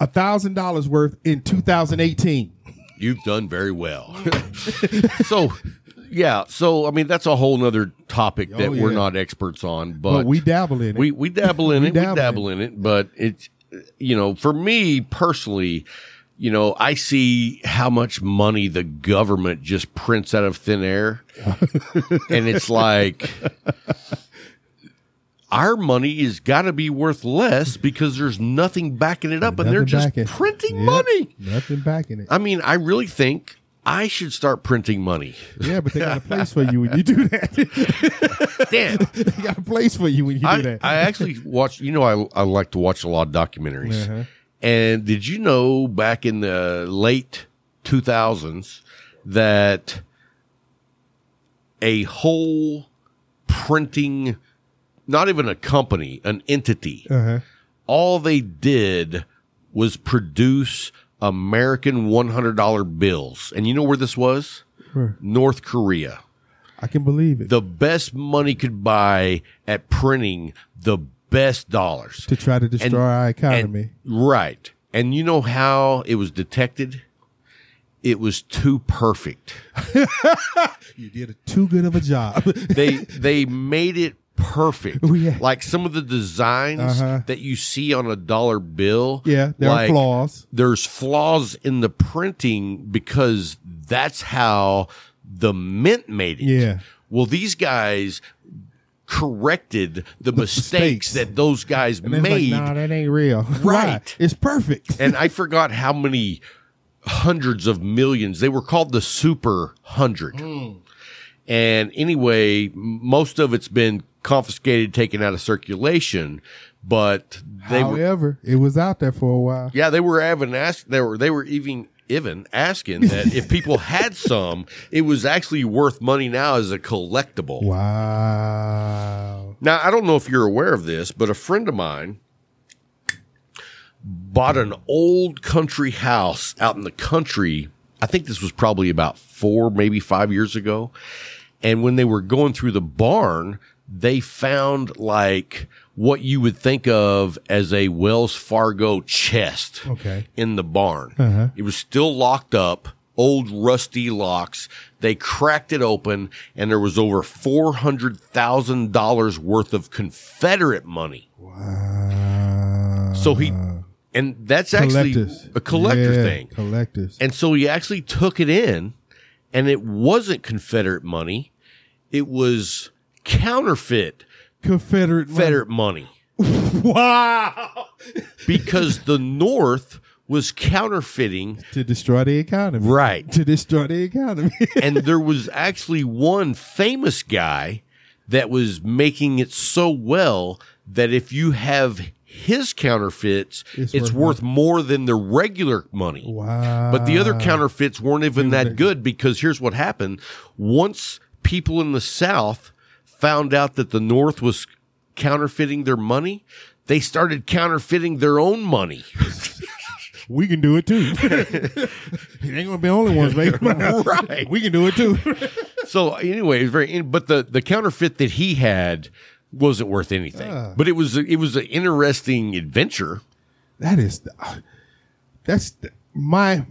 Speaker 3: a thousand dollars worth in 2018,
Speaker 2: You've done very well. so, yeah. So, I mean, that's a whole nother topic
Speaker 3: Oh,
Speaker 2: that we're
Speaker 3: yeah.
Speaker 2: not experts on,
Speaker 3: But,
Speaker 2: but,
Speaker 3: we dabble in it.
Speaker 2: we we dabble in
Speaker 3: We
Speaker 2: it. We
Speaker 3: dabble
Speaker 2: dabble in it, but it's you know, for me personally, you know, I see how much money the government just prints out of thin air, and it's like. Our money has got to be worth less because there's nothing backing it up, and they're
Speaker 3: Nothing
Speaker 2: just
Speaker 3: backing-
Speaker 2: printing
Speaker 3: Yep.
Speaker 2: money.
Speaker 3: Nothing back in it.
Speaker 2: I mean, I really think I should start printing money.
Speaker 3: Yeah, but they got a place for you when you do that.
Speaker 2: Damn.
Speaker 3: they got a place for you when you do
Speaker 2: I,
Speaker 3: that.
Speaker 2: I actually watch. You know, I I like to watch a lot of documentaries.
Speaker 3: Uh-huh.
Speaker 2: And did you know back in the late two thousands that a whole printing, not even a company, an entity,
Speaker 3: uh-huh.
Speaker 2: all they did was produce American one hundred dollar bills. And you know where this was?
Speaker 3: Where?
Speaker 2: North Korea
Speaker 3: I can believe it.
Speaker 2: the best money could buy at printing the best dollars.
Speaker 3: to try to destroy our economy.
Speaker 2: And, right. And you know how it was detected? It was too perfect.
Speaker 3: you did a too good of a job.
Speaker 2: They they made it perfect.
Speaker 3: Oh, yeah.
Speaker 2: Like some of the designs
Speaker 3: Uh-huh.
Speaker 2: that you see on a dollar bill.
Speaker 3: yeah, there
Speaker 2: like,
Speaker 3: are flaws.
Speaker 2: There's flaws in the printing because that's how the mint made it.
Speaker 3: Yeah.
Speaker 2: Well, these guys corrected the, mistakes,
Speaker 3: mistakes.
Speaker 2: that those guys
Speaker 3: And it's
Speaker 2: made.
Speaker 3: like, nah, that ain't real. Right. It's perfect.
Speaker 2: and I forgot how many hundreds of millions. They were called the Super Hundred. And anyway, m- most of it's been confiscated, taken out of circulation, but they were
Speaker 3: However, it was out there for a while.
Speaker 2: yeah, they were even ask they were they were even even asking that if people had some, it was actually worth money now as a collectible.
Speaker 3: Wow.
Speaker 2: Now I don't know if you're aware of this, but a friend of mine bought an old country house out in the country. I think this was probably about four, maybe five years ago. And when they were going through the barn, they found like what you would think of as a Wells Fargo chest
Speaker 3: Okay.
Speaker 2: in the barn. It was still locked up, old rusty locks. They cracked it open, and there was over $400,000 worth of Confederate money.
Speaker 3: Wow.
Speaker 2: So he, and that's actually
Speaker 3: Uh, Collectors.
Speaker 2: a collector
Speaker 3: Yeah,
Speaker 2: thing.
Speaker 3: Collectors.
Speaker 2: And so he actually took it in, and it wasn't Confederate money, it was counterfeit
Speaker 3: Confederate. money.
Speaker 2: Confederate money
Speaker 3: Wow.
Speaker 2: because the North was counterfeiting.
Speaker 3: to destroy the economy.
Speaker 2: Right.
Speaker 3: To destroy the economy.
Speaker 2: and there was actually one famous guy that was making it so well that if you have his counterfeits, it's,
Speaker 3: It's
Speaker 2: worth,
Speaker 3: worth
Speaker 2: more than the regular money.
Speaker 3: wow.
Speaker 2: But the other counterfeits weren't even that good because here's what happened. Once people in the South found out that the North was counterfeiting their money, they started counterfeiting their own money.
Speaker 3: we can do it too. it ain't gonna be the only ones making money.
Speaker 2: Right.
Speaker 3: We can do it too.
Speaker 2: So anyway, it was very. But the the counterfeit that he had wasn't worth anything. But it was it was an interesting adventure.
Speaker 3: that is, that's the- my.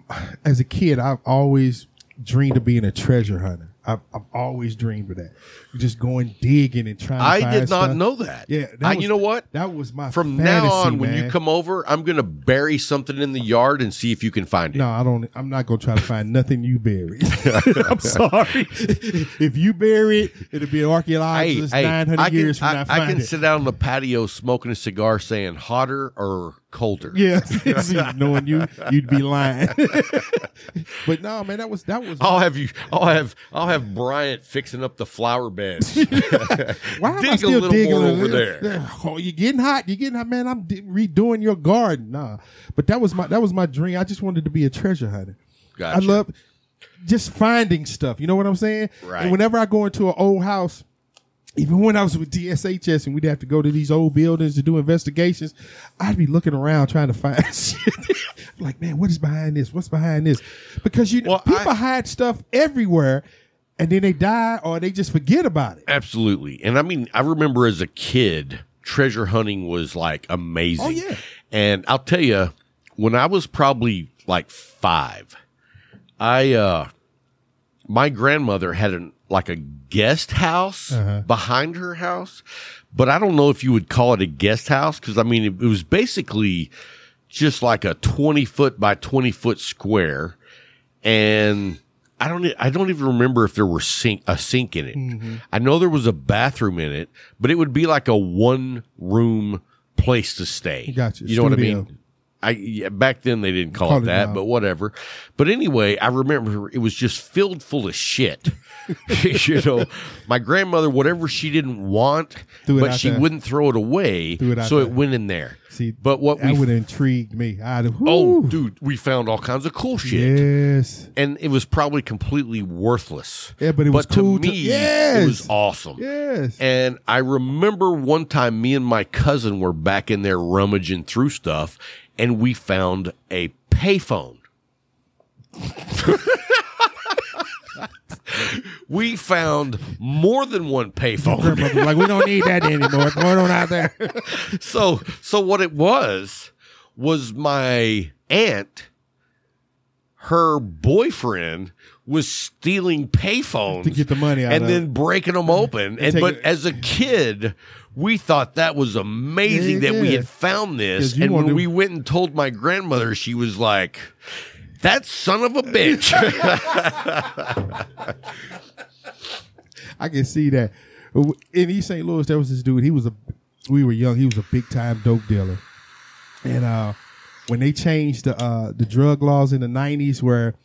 Speaker 3: As a kid, I've always dreamed of being a treasure hunter. I've, I've always dreamed of that. Just going digging and trying. to
Speaker 2: I
Speaker 3: find
Speaker 2: did not
Speaker 3: stuff.
Speaker 2: know that.
Speaker 3: Yeah, that
Speaker 2: I,
Speaker 3: was-
Speaker 2: you know what?
Speaker 3: That was my
Speaker 2: From now
Speaker 3: fantasy,
Speaker 2: on, when
Speaker 3: man.
Speaker 2: you come over, I'm going to bury something in the yard and see if you can find it.
Speaker 3: No, I don't. I'm not gonna try to find nothing you buried. I'm sorry. if you bury it, it'll be an
Speaker 2: Hey,
Speaker 3: archaeologist
Speaker 2: hey,
Speaker 3: 900
Speaker 2: I can,
Speaker 3: years from
Speaker 2: I,
Speaker 3: now.
Speaker 2: I
Speaker 3: find
Speaker 2: can
Speaker 3: it.
Speaker 2: sit out on the patio smoking a cigar, saying hotter or colder.
Speaker 3: Yeah, See, knowing you, you'd be lying. but no, man, that was that was.
Speaker 2: I'll have you. I'll have. I'll have Bryant fixing up the flower beds.
Speaker 3: why am I
Speaker 2: dig a
Speaker 3: still
Speaker 2: little
Speaker 3: digging
Speaker 2: more
Speaker 3: a
Speaker 2: over
Speaker 3: little-
Speaker 2: there.
Speaker 3: Oh, you're getting hot. You're getting hot, man. I'm di- redoing your garden. Nah, but that was my that was my dream. I just wanted to be a treasure hunter.
Speaker 2: Gotcha.
Speaker 3: I love just finding stuff. You know what I'm saying?
Speaker 2: Right.
Speaker 3: And whenever I go into an old house. Even when I was with DSHS and we'd have to go to these old buildings to do investigations, I'd be looking around trying to find shit. like, man, what is behind this? What's behind this? Because you
Speaker 2: Well,
Speaker 3: people
Speaker 2: I-
Speaker 3: hide stuff everywhere, and then they die or they just forget about it.
Speaker 2: Absolutely. And I mean, I remember as a kid, treasure hunting was like amazing.
Speaker 3: Oh, yeah.
Speaker 2: And I'll tell you, when I was probably like five, I uh my grandmother had an like a guest house
Speaker 3: Uh-huh.
Speaker 2: behind her house, but I don't know if you would call it a guest house because I mean it, it was basically just like a twenty foot by twenty foot square, and I don't e- I don't even remember if there were sink a sink in it.
Speaker 3: Mm-hmm.
Speaker 2: I know there was a bathroom in it, but it would be like a one room place to stay.
Speaker 3: Gotcha.
Speaker 2: You know what I
Speaker 3: Studio.
Speaker 2: mean? I yeah, back then they didn't call,
Speaker 3: Called
Speaker 2: it
Speaker 3: it
Speaker 2: that,
Speaker 3: that.
Speaker 2: but whatever. But anyway, I remember it was just filled full of shit. you know, my grandmother, whatever she didn't want,
Speaker 3: Threw it
Speaker 2: but
Speaker 3: out
Speaker 2: she
Speaker 3: there.
Speaker 2: wouldn't throw it away,
Speaker 3: Threw it out
Speaker 2: so it
Speaker 3: there.
Speaker 2: went in there.
Speaker 3: See,
Speaker 2: but what
Speaker 3: that
Speaker 2: we
Speaker 3: would have intrigued me. I'd have,
Speaker 2: oh,
Speaker 3: whoo.
Speaker 2: dude, we found all kinds of cool shit,
Speaker 3: yes,
Speaker 2: and it was probably completely worthless.
Speaker 3: Yeah, but it was cool
Speaker 2: to
Speaker 3: to-
Speaker 2: me, it
Speaker 3: Yes.
Speaker 2: was awesome.
Speaker 3: yes.
Speaker 2: And I remember one time me and my cousin were back in there rummaging through stuff and we found a payphone. we found more than one payphone.
Speaker 3: Grandmother, like we don't need that anymore. What's going on out there?
Speaker 2: So so what it was was my aunt her boyfriend was stealing payphones
Speaker 3: To get the money out
Speaker 2: and
Speaker 3: of
Speaker 2: then breaking them open. And
Speaker 3: take
Speaker 2: but
Speaker 3: it-
Speaker 2: as a kid, we thought that was amazing
Speaker 3: Yeah,
Speaker 2: that we
Speaker 3: yeah.
Speaker 2: had found this.
Speaker 3: 'Cause you
Speaker 2: And when
Speaker 3: wanna-
Speaker 2: we went and told my grandmother, she was like, "That son of a bitch."
Speaker 3: I can see that. In East St. Louis, there was this dude. He was a, we were young. He was a big time dope dealer, and uh, when they changed the uh, the drug laws in the nineties, where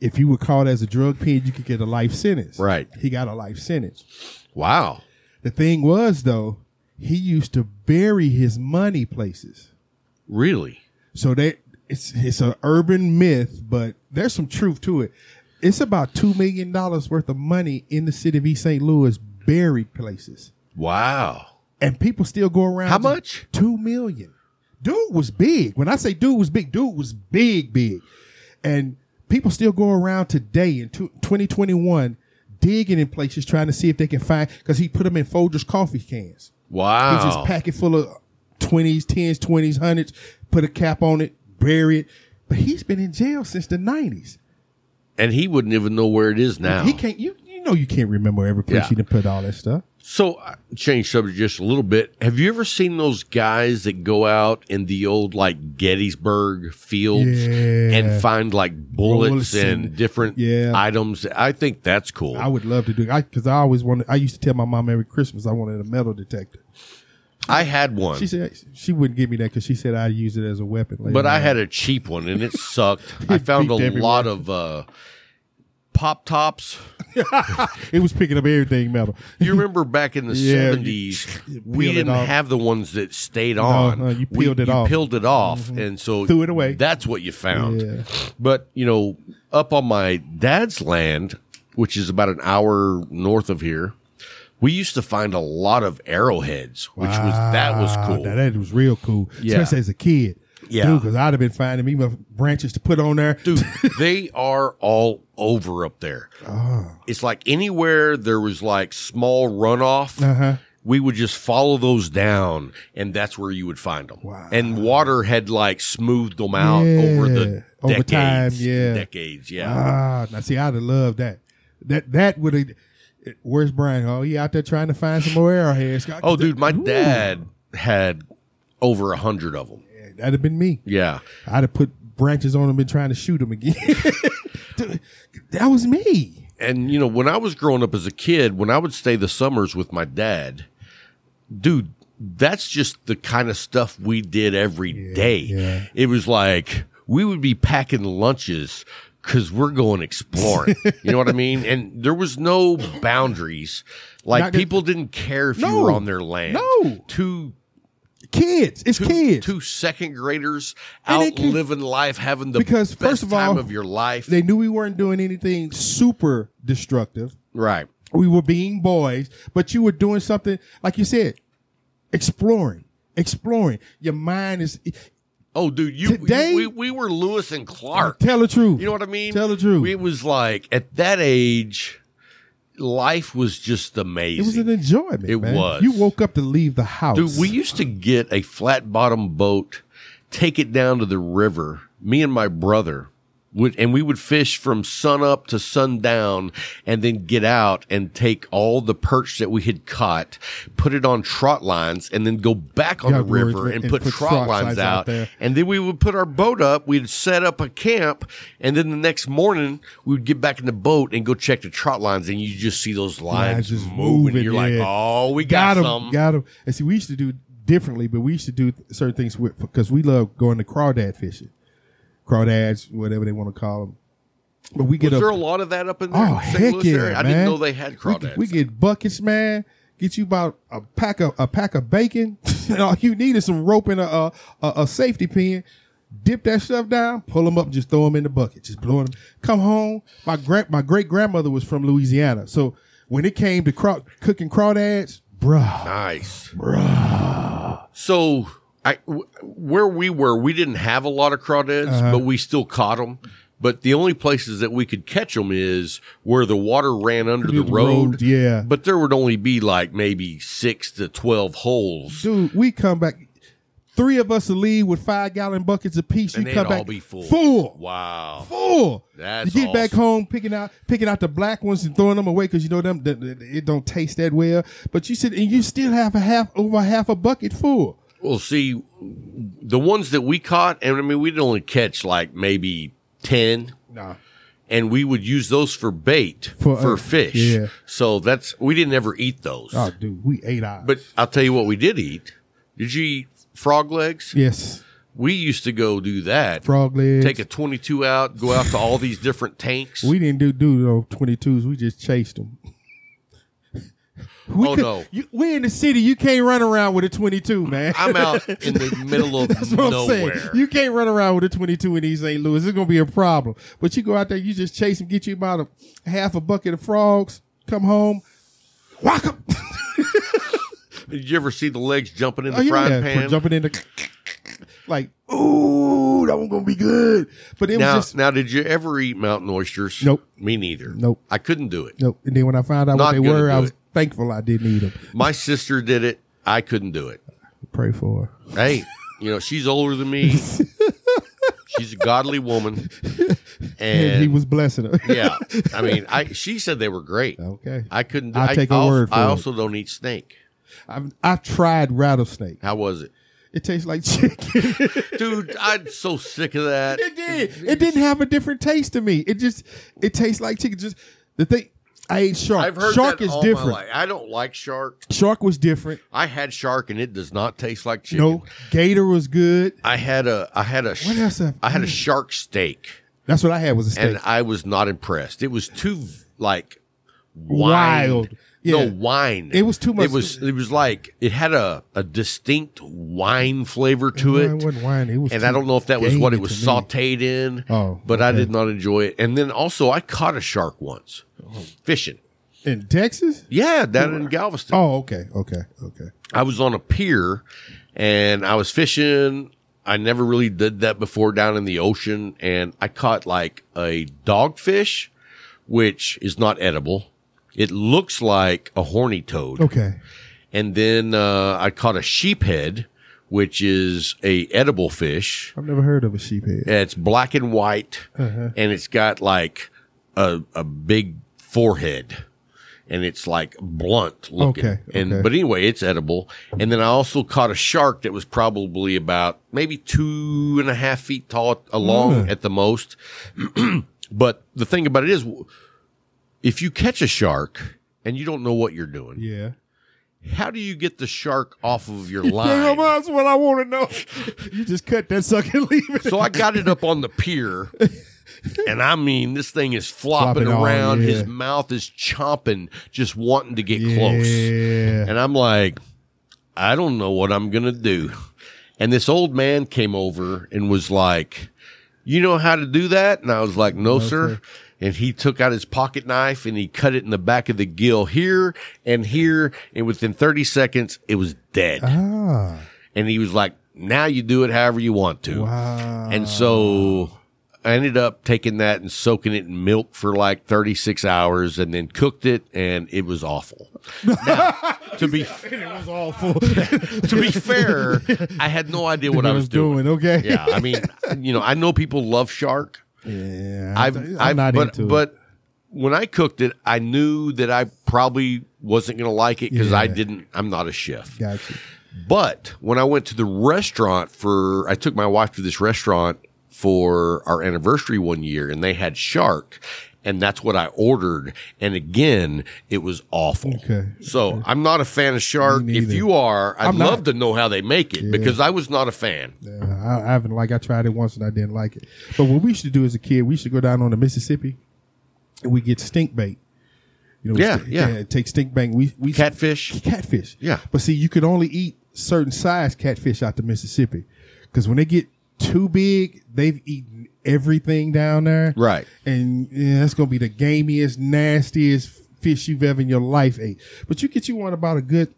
Speaker 3: if you were caught as a drug pin, you could get a life sentence.
Speaker 2: Right.
Speaker 3: He got a life sentence.
Speaker 2: wow.
Speaker 3: The thing was though, he used to bury his money places.
Speaker 2: Really?
Speaker 3: So they it's it's an urban myth, but there's some truth to it. It's about two million dollars worth of money in the city of East St. Louis buried places,
Speaker 2: Wow.
Speaker 3: and people still go around.
Speaker 2: How
Speaker 3: to-
Speaker 2: much?
Speaker 3: Two million. Dude was big. When I say dude was big, dude was big, big, and people still go around today in tw- 2021 digging in places trying to see if they can find because he put them in Folgers coffee cans. He
Speaker 2: Wow.
Speaker 3: just pack it full of twenties, tens, twenties, hundreds, put a cap on it, bury it. But he's been in jail since the nineties.
Speaker 2: and he wouldn't even know where it is now.
Speaker 3: He can't. You you know you can't remember every place
Speaker 2: Oh. Yeah.
Speaker 3: you done put all that stuff.
Speaker 2: So, uh, change subject just a little bit. Have you ever seen those guys that go out in the old like Gettysburg fields
Speaker 3: Yeah.
Speaker 2: and find like bullets
Speaker 3: Bullets and-
Speaker 2: and different
Speaker 3: Yeah.
Speaker 2: items? I think that's cool.
Speaker 3: I would love to do I because I always wanted. I used to tell my mom every Christmas I wanted a metal detector.
Speaker 2: I had one,
Speaker 3: She said she wouldn't give me that because she said I'd use it as a weapon. later
Speaker 2: but I
Speaker 3: on.
Speaker 2: had a cheap one and it sucked. I
Speaker 3: It
Speaker 2: found a
Speaker 3: peaked everywhere.
Speaker 2: lot of uh, pop tops.
Speaker 3: it was picking up everything metal.
Speaker 2: You remember back in the
Speaker 3: Yeah, you-
Speaker 2: seventies,
Speaker 3: you
Speaker 2: we
Speaker 3: peeled it
Speaker 2: didn't
Speaker 3: off.
Speaker 2: have the ones that stayed on.
Speaker 3: no, you
Speaker 2: We-
Speaker 3: peeled it off. Mm-hmm.
Speaker 2: peeled it off, and so
Speaker 3: Threw it away.
Speaker 2: That's what you found.
Speaker 3: Yeah.
Speaker 2: But you know, up on my dad's land, which is about an hour north of here, we used to find a lot of arrowheads, which was that was
Speaker 3: Ah,
Speaker 2: cool.
Speaker 3: now that was real cool,
Speaker 2: Yeah.
Speaker 3: especially as a kid.
Speaker 2: Yeah.
Speaker 3: because I'd have been finding me my branches to put on there.
Speaker 2: Dude, they are all over up there.
Speaker 3: Oh.
Speaker 2: It's like anywhere there was like small runoff,
Speaker 3: Uh-huh.
Speaker 2: we would just follow those down, and that's where you would find them.
Speaker 3: Wow.
Speaker 2: And water had like smoothed them out
Speaker 3: Yeah.
Speaker 2: over the
Speaker 3: Over
Speaker 2: decades,
Speaker 3: time, yeah.
Speaker 2: decades, yeah.
Speaker 3: Ah, now see, I'd have loved that. That that would have. Where's Brian? Oh, he out there trying to find some more arrowheads. God,
Speaker 2: Oh, dude, my
Speaker 3: Ooh,
Speaker 2: dad had over a hundred of them.
Speaker 3: That'd have been me.
Speaker 2: Yeah.
Speaker 3: I'd have put branches on him and trying to shoot him again. Dude, that was me.
Speaker 2: and you know when i was growing up as a kid when i would stay the summers with my dad dude that's just the kind of stuff we did every day.
Speaker 3: yeah.
Speaker 2: it was like we would be packing lunches because we're going exploring you know what i mean and there was no boundaries like
Speaker 3: Not that-
Speaker 2: people didn't care if you
Speaker 3: No.
Speaker 2: were on their land
Speaker 3: No.
Speaker 2: two
Speaker 3: Kids, it's kids.
Speaker 2: two second graders
Speaker 3: And
Speaker 2: out
Speaker 3: they can-
Speaker 2: living life having the
Speaker 3: Because,
Speaker 2: best
Speaker 3: first of
Speaker 2: time
Speaker 3: all,
Speaker 2: of your life
Speaker 3: They knew we weren't doing anything super destructive.
Speaker 2: right
Speaker 3: we were being boys, but you were doing something like you said, exploring, exploring. Your mind is
Speaker 2: Oh, dude, you
Speaker 3: Today-
Speaker 2: you- we, we were Lewis and Clark.
Speaker 3: tell the truth.
Speaker 2: You know what I mean?
Speaker 3: Tell the truth.
Speaker 2: It was like at that age, life was just amazing.
Speaker 3: it was an enjoyment.
Speaker 2: It
Speaker 3: man.
Speaker 2: was.
Speaker 3: You woke up to leave the house.
Speaker 2: Dude, we used to get a flat bottom boat, take it down to the river. Me and my brother would, and we would fish from sun up to sundown and then get out and take all the perch that we had caught, put it on trot lines and then go back on
Speaker 3: Yeah,
Speaker 2: the
Speaker 3: we were-
Speaker 2: river and,
Speaker 3: and
Speaker 2: put, trot, lines out.
Speaker 3: there.
Speaker 2: and then we would put our boat up. We'd set up a camp and then the next morning we would get back in the boat and go check the trot lines and you just see those lines
Speaker 3: just
Speaker 2: moving.
Speaker 3: moving,
Speaker 2: You're
Speaker 3: yeah.
Speaker 2: like, oh, we got,
Speaker 3: got
Speaker 2: some.
Speaker 3: him, got him. And see, we used to do differently, but we used to do certain things with because we love going to crawdad fishing, crawdads, whatever they want to call them. But we get
Speaker 2: Is
Speaker 3: up,
Speaker 2: there a lot of that up in there?
Speaker 3: oh
Speaker 2: in St.
Speaker 3: heck
Speaker 2: Louis
Speaker 3: yeah,
Speaker 2: area? I
Speaker 3: man.
Speaker 2: didn't know they had
Speaker 3: We-
Speaker 2: crawdads.
Speaker 3: We, get buckets, man. Get you about a pack of a pack of bacon. and all you need is some rope and a a, a, a safety pin. Dip that stuff down, pull them up, just throw them in the bucket, just blow them. Come home. My grand, my great grandmother was from Louisiana, so when it came to craw- cooking crawdads, bruh,
Speaker 2: nice, So. I, w- where we were, we didn't have a lot of crawdads,
Speaker 3: Uh-huh.
Speaker 2: but we still caught them. But the only places that we could catch them is where the water ran under the,
Speaker 3: the
Speaker 2: road.
Speaker 3: road, yeah.
Speaker 2: But there would only be like maybe six to 12 holes.
Speaker 3: dude, we come back. Three of us will leave with five gallon buckets apiece.
Speaker 2: and
Speaker 3: you
Speaker 2: they'd
Speaker 3: come
Speaker 2: all
Speaker 3: back
Speaker 2: be full.
Speaker 3: full,
Speaker 2: Wow.
Speaker 3: full.
Speaker 2: That's
Speaker 3: you get back
Speaker 2: awesome.
Speaker 3: home picking out picking out the black ones and throwing them away because you know them th- th- it don't taste that well. But you sit and you still have a half over half a bucket full.
Speaker 2: Well, see, the ones that we caught, and I mean, we'd only catch like maybe 10,
Speaker 3: Nah,
Speaker 2: and we would use those for bait for,
Speaker 3: For, uh,
Speaker 2: fish.
Speaker 3: yeah.
Speaker 2: So that's we didn't ever eat those.
Speaker 3: oh dude, we ate ours.
Speaker 2: But I'll tell you what we did eat. Did you eat frog legs?
Speaker 3: yes,
Speaker 2: We used to go do that.
Speaker 3: frog legs.
Speaker 2: Take a 22 out, go out to all these different tanks.
Speaker 3: we didn't do do no twenty twos. We just chased them. We
Speaker 2: Oh,
Speaker 3: could-
Speaker 2: no.
Speaker 3: you, we in the city. You can't run around with a twenty two, man.
Speaker 2: I'm out in the middle of
Speaker 3: That's what
Speaker 2: nowhere.
Speaker 3: I'm saying. You can't run around with a 22 in East St. Louis. It's gonna be a problem. But you go out there, you just chase them, get you about a half a bucket of frogs, come home, whack 'em.
Speaker 2: Did you ever see the legs jumping in the
Speaker 3: Oh, yeah,
Speaker 2: frying
Speaker 3: yeah,
Speaker 2: pan?
Speaker 3: jumping in the like, ooh, that one's gonna be good. But it
Speaker 2: now,
Speaker 3: was just
Speaker 2: now, did you ever eat mountain oysters?
Speaker 3: Nope.
Speaker 2: Me neither.
Speaker 3: Nope.
Speaker 2: I couldn't do it.
Speaker 3: nope. And then when I found out
Speaker 2: Not
Speaker 3: what they
Speaker 2: gonna
Speaker 3: were,
Speaker 2: do
Speaker 3: I was
Speaker 2: it.
Speaker 3: thankful I didn't eat them.
Speaker 2: My sister did it. I couldn't do it.
Speaker 3: Pray for her.
Speaker 2: Hey, you know, she's older than me. she's a godly woman.
Speaker 3: And,
Speaker 2: And
Speaker 3: he was blessing her.
Speaker 2: yeah, I mean, I she said they were great.
Speaker 3: okay.
Speaker 2: I couldn't
Speaker 3: Oh. I'll
Speaker 2: I,
Speaker 3: take her
Speaker 2: al-
Speaker 3: word for
Speaker 2: I
Speaker 3: it.
Speaker 2: also don't eat snake.
Speaker 3: I've, I've tried rattlesnake.
Speaker 2: How was it?
Speaker 3: It tastes like chicken.
Speaker 2: Dude, I'm so sick of that.
Speaker 3: It did. It didn't have a different taste to me. It just it tastes like chicken. Just the thing I ate shark.
Speaker 2: I've heard
Speaker 3: shark
Speaker 2: that
Speaker 3: is
Speaker 2: all my
Speaker 3: different.
Speaker 2: life. I don't like shark.
Speaker 3: Shark was different.
Speaker 2: I had shark and it does not taste like chicken.
Speaker 3: No, gator was good.
Speaker 2: I had a I had a sh-
Speaker 3: What else have-
Speaker 2: I had a shark steak.
Speaker 3: That's what I had was a steak.
Speaker 2: and I was not impressed. It was too like wine.
Speaker 3: Wild.
Speaker 2: No
Speaker 3: Yeah.
Speaker 2: wine.
Speaker 3: It was too much-
Speaker 2: It was it was like it had a, a distinct wine flavor to
Speaker 3: It
Speaker 2: it.
Speaker 3: wasn't wine. It was
Speaker 2: And
Speaker 3: too
Speaker 2: I don't know if that was what it
Speaker 3: gamey
Speaker 2: was
Speaker 3: to me.
Speaker 2: sauteed in.
Speaker 3: Oh,
Speaker 2: but I
Speaker 3: okay.
Speaker 2: did not enjoy it. And then also I caught a shark once.
Speaker 3: Oh.
Speaker 2: Fishing.
Speaker 3: in Texas.
Speaker 2: Yeah, down in Galveston.
Speaker 3: Oh, okay, okay, okay.
Speaker 2: I was on a pier and I was fishing. I never really did that before down in the ocean and I caught like a dogfish, which is not edible. It looks like a horny toad.
Speaker 3: Okay.
Speaker 2: And then, uh, I caught a sheephead, which is a edible fish.
Speaker 3: I've never heard of a sheephead.
Speaker 2: It's black and white,
Speaker 3: Mm-hmm.
Speaker 2: and it's got like a a big forehead, and it's like blunt looking.
Speaker 3: Okay,
Speaker 2: And
Speaker 3: okay.
Speaker 2: but anyway, it's edible. And then I also caught a shark that was probably about maybe two and a half feet tall along
Speaker 3: Mm.
Speaker 2: at the most. but the thing about it is, if you catch a shark and you don't know what you're doing,
Speaker 3: Yeah.
Speaker 2: how do you get the shark off of your
Speaker 3: Damn,
Speaker 2: line?
Speaker 3: that's what I want to know. you just cut that sucker and leave it.
Speaker 2: So I got it up on the pier. And I mean, this thing is flopping,
Speaker 3: Flopping on,
Speaker 2: around. His
Speaker 3: yeah.
Speaker 2: mouth is chomping, just wanting to get close.
Speaker 3: Yeah.
Speaker 2: And I'm like, I don't know what I'm going to do. And this old man came over and was like, You know how to do that? And I was like, No, sir.
Speaker 3: sir.
Speaker 2: And he took out his pocket knife and he cut it in the back of the gill here and here. And within 30 seconds, it was dead.
Speaker 3: Ah.
Speaker 2: And he was like, Now you do it however you want to.
Speaker 3: Wow.
Speaker 2: And so I ended up taking that and soaking it in milk for like 36 hours and then cooked it and it was awful. Now, to be
Speaker 3: It was awful.
Speaker 2: to be fair, I had no idea what I was doing.
Speaker 3: Okay.
Speaker 2: Yeah, I mean, you know, I know people love shark,
Speaker 3: Yeah,
Speaker 2: I've,
Speaker 3: I'm
Speaker 2: I've
Speaker 3: not
Speaker 2: but,
Speaker 3: into it.
Speaker 2: but when I cooked it, I knew that I probably wasn't going to like it because I
Speaker 3: Yeah.
Speaker 2: didn't. I'm not a chef.
Speaker 3: Got you.
Speaker 2: But when I went to the restaurant for, I took my wife to this restaurant for our anniversary one year, and they had shark, and that's what I ordered. And again, it was awful.
Speaker 3: Okay.
Speaker 2: So I'm not a fan of shark.
Speaker 3: Me
Speaker 2: If
Speaker 3: neither.
Speaker 2: you are, I'd
Speaker 3: I'm
Speaker 2: love
Speaker 3: not.
Speaker 2: to know how they make it because I was not a fan.
Speaker 3: Yeah, I, I haven't like I tried it once and I didn't like it. But what we used to do as a kid, we used to go down on the Mississippi and we get stink bait. You know, we
Speaker 2: Yeah,
Speaker 3: st-
Speaker 2: yeah.
Speaker 3: Take stink bait. We we
Speaker 2: Catfish.
Speaker 3: catfish.
Speaker 2: Yeah.
Speaker 3: But see, you could only eat certain size catfish out the Mississippi because when they get too big, they've eaten everything down there.
Speaker 2: Right.
Speaker 3: And yeah, that's gonna be the gamiest, nastiest fish you've ever in your life ate. But you get you one about a good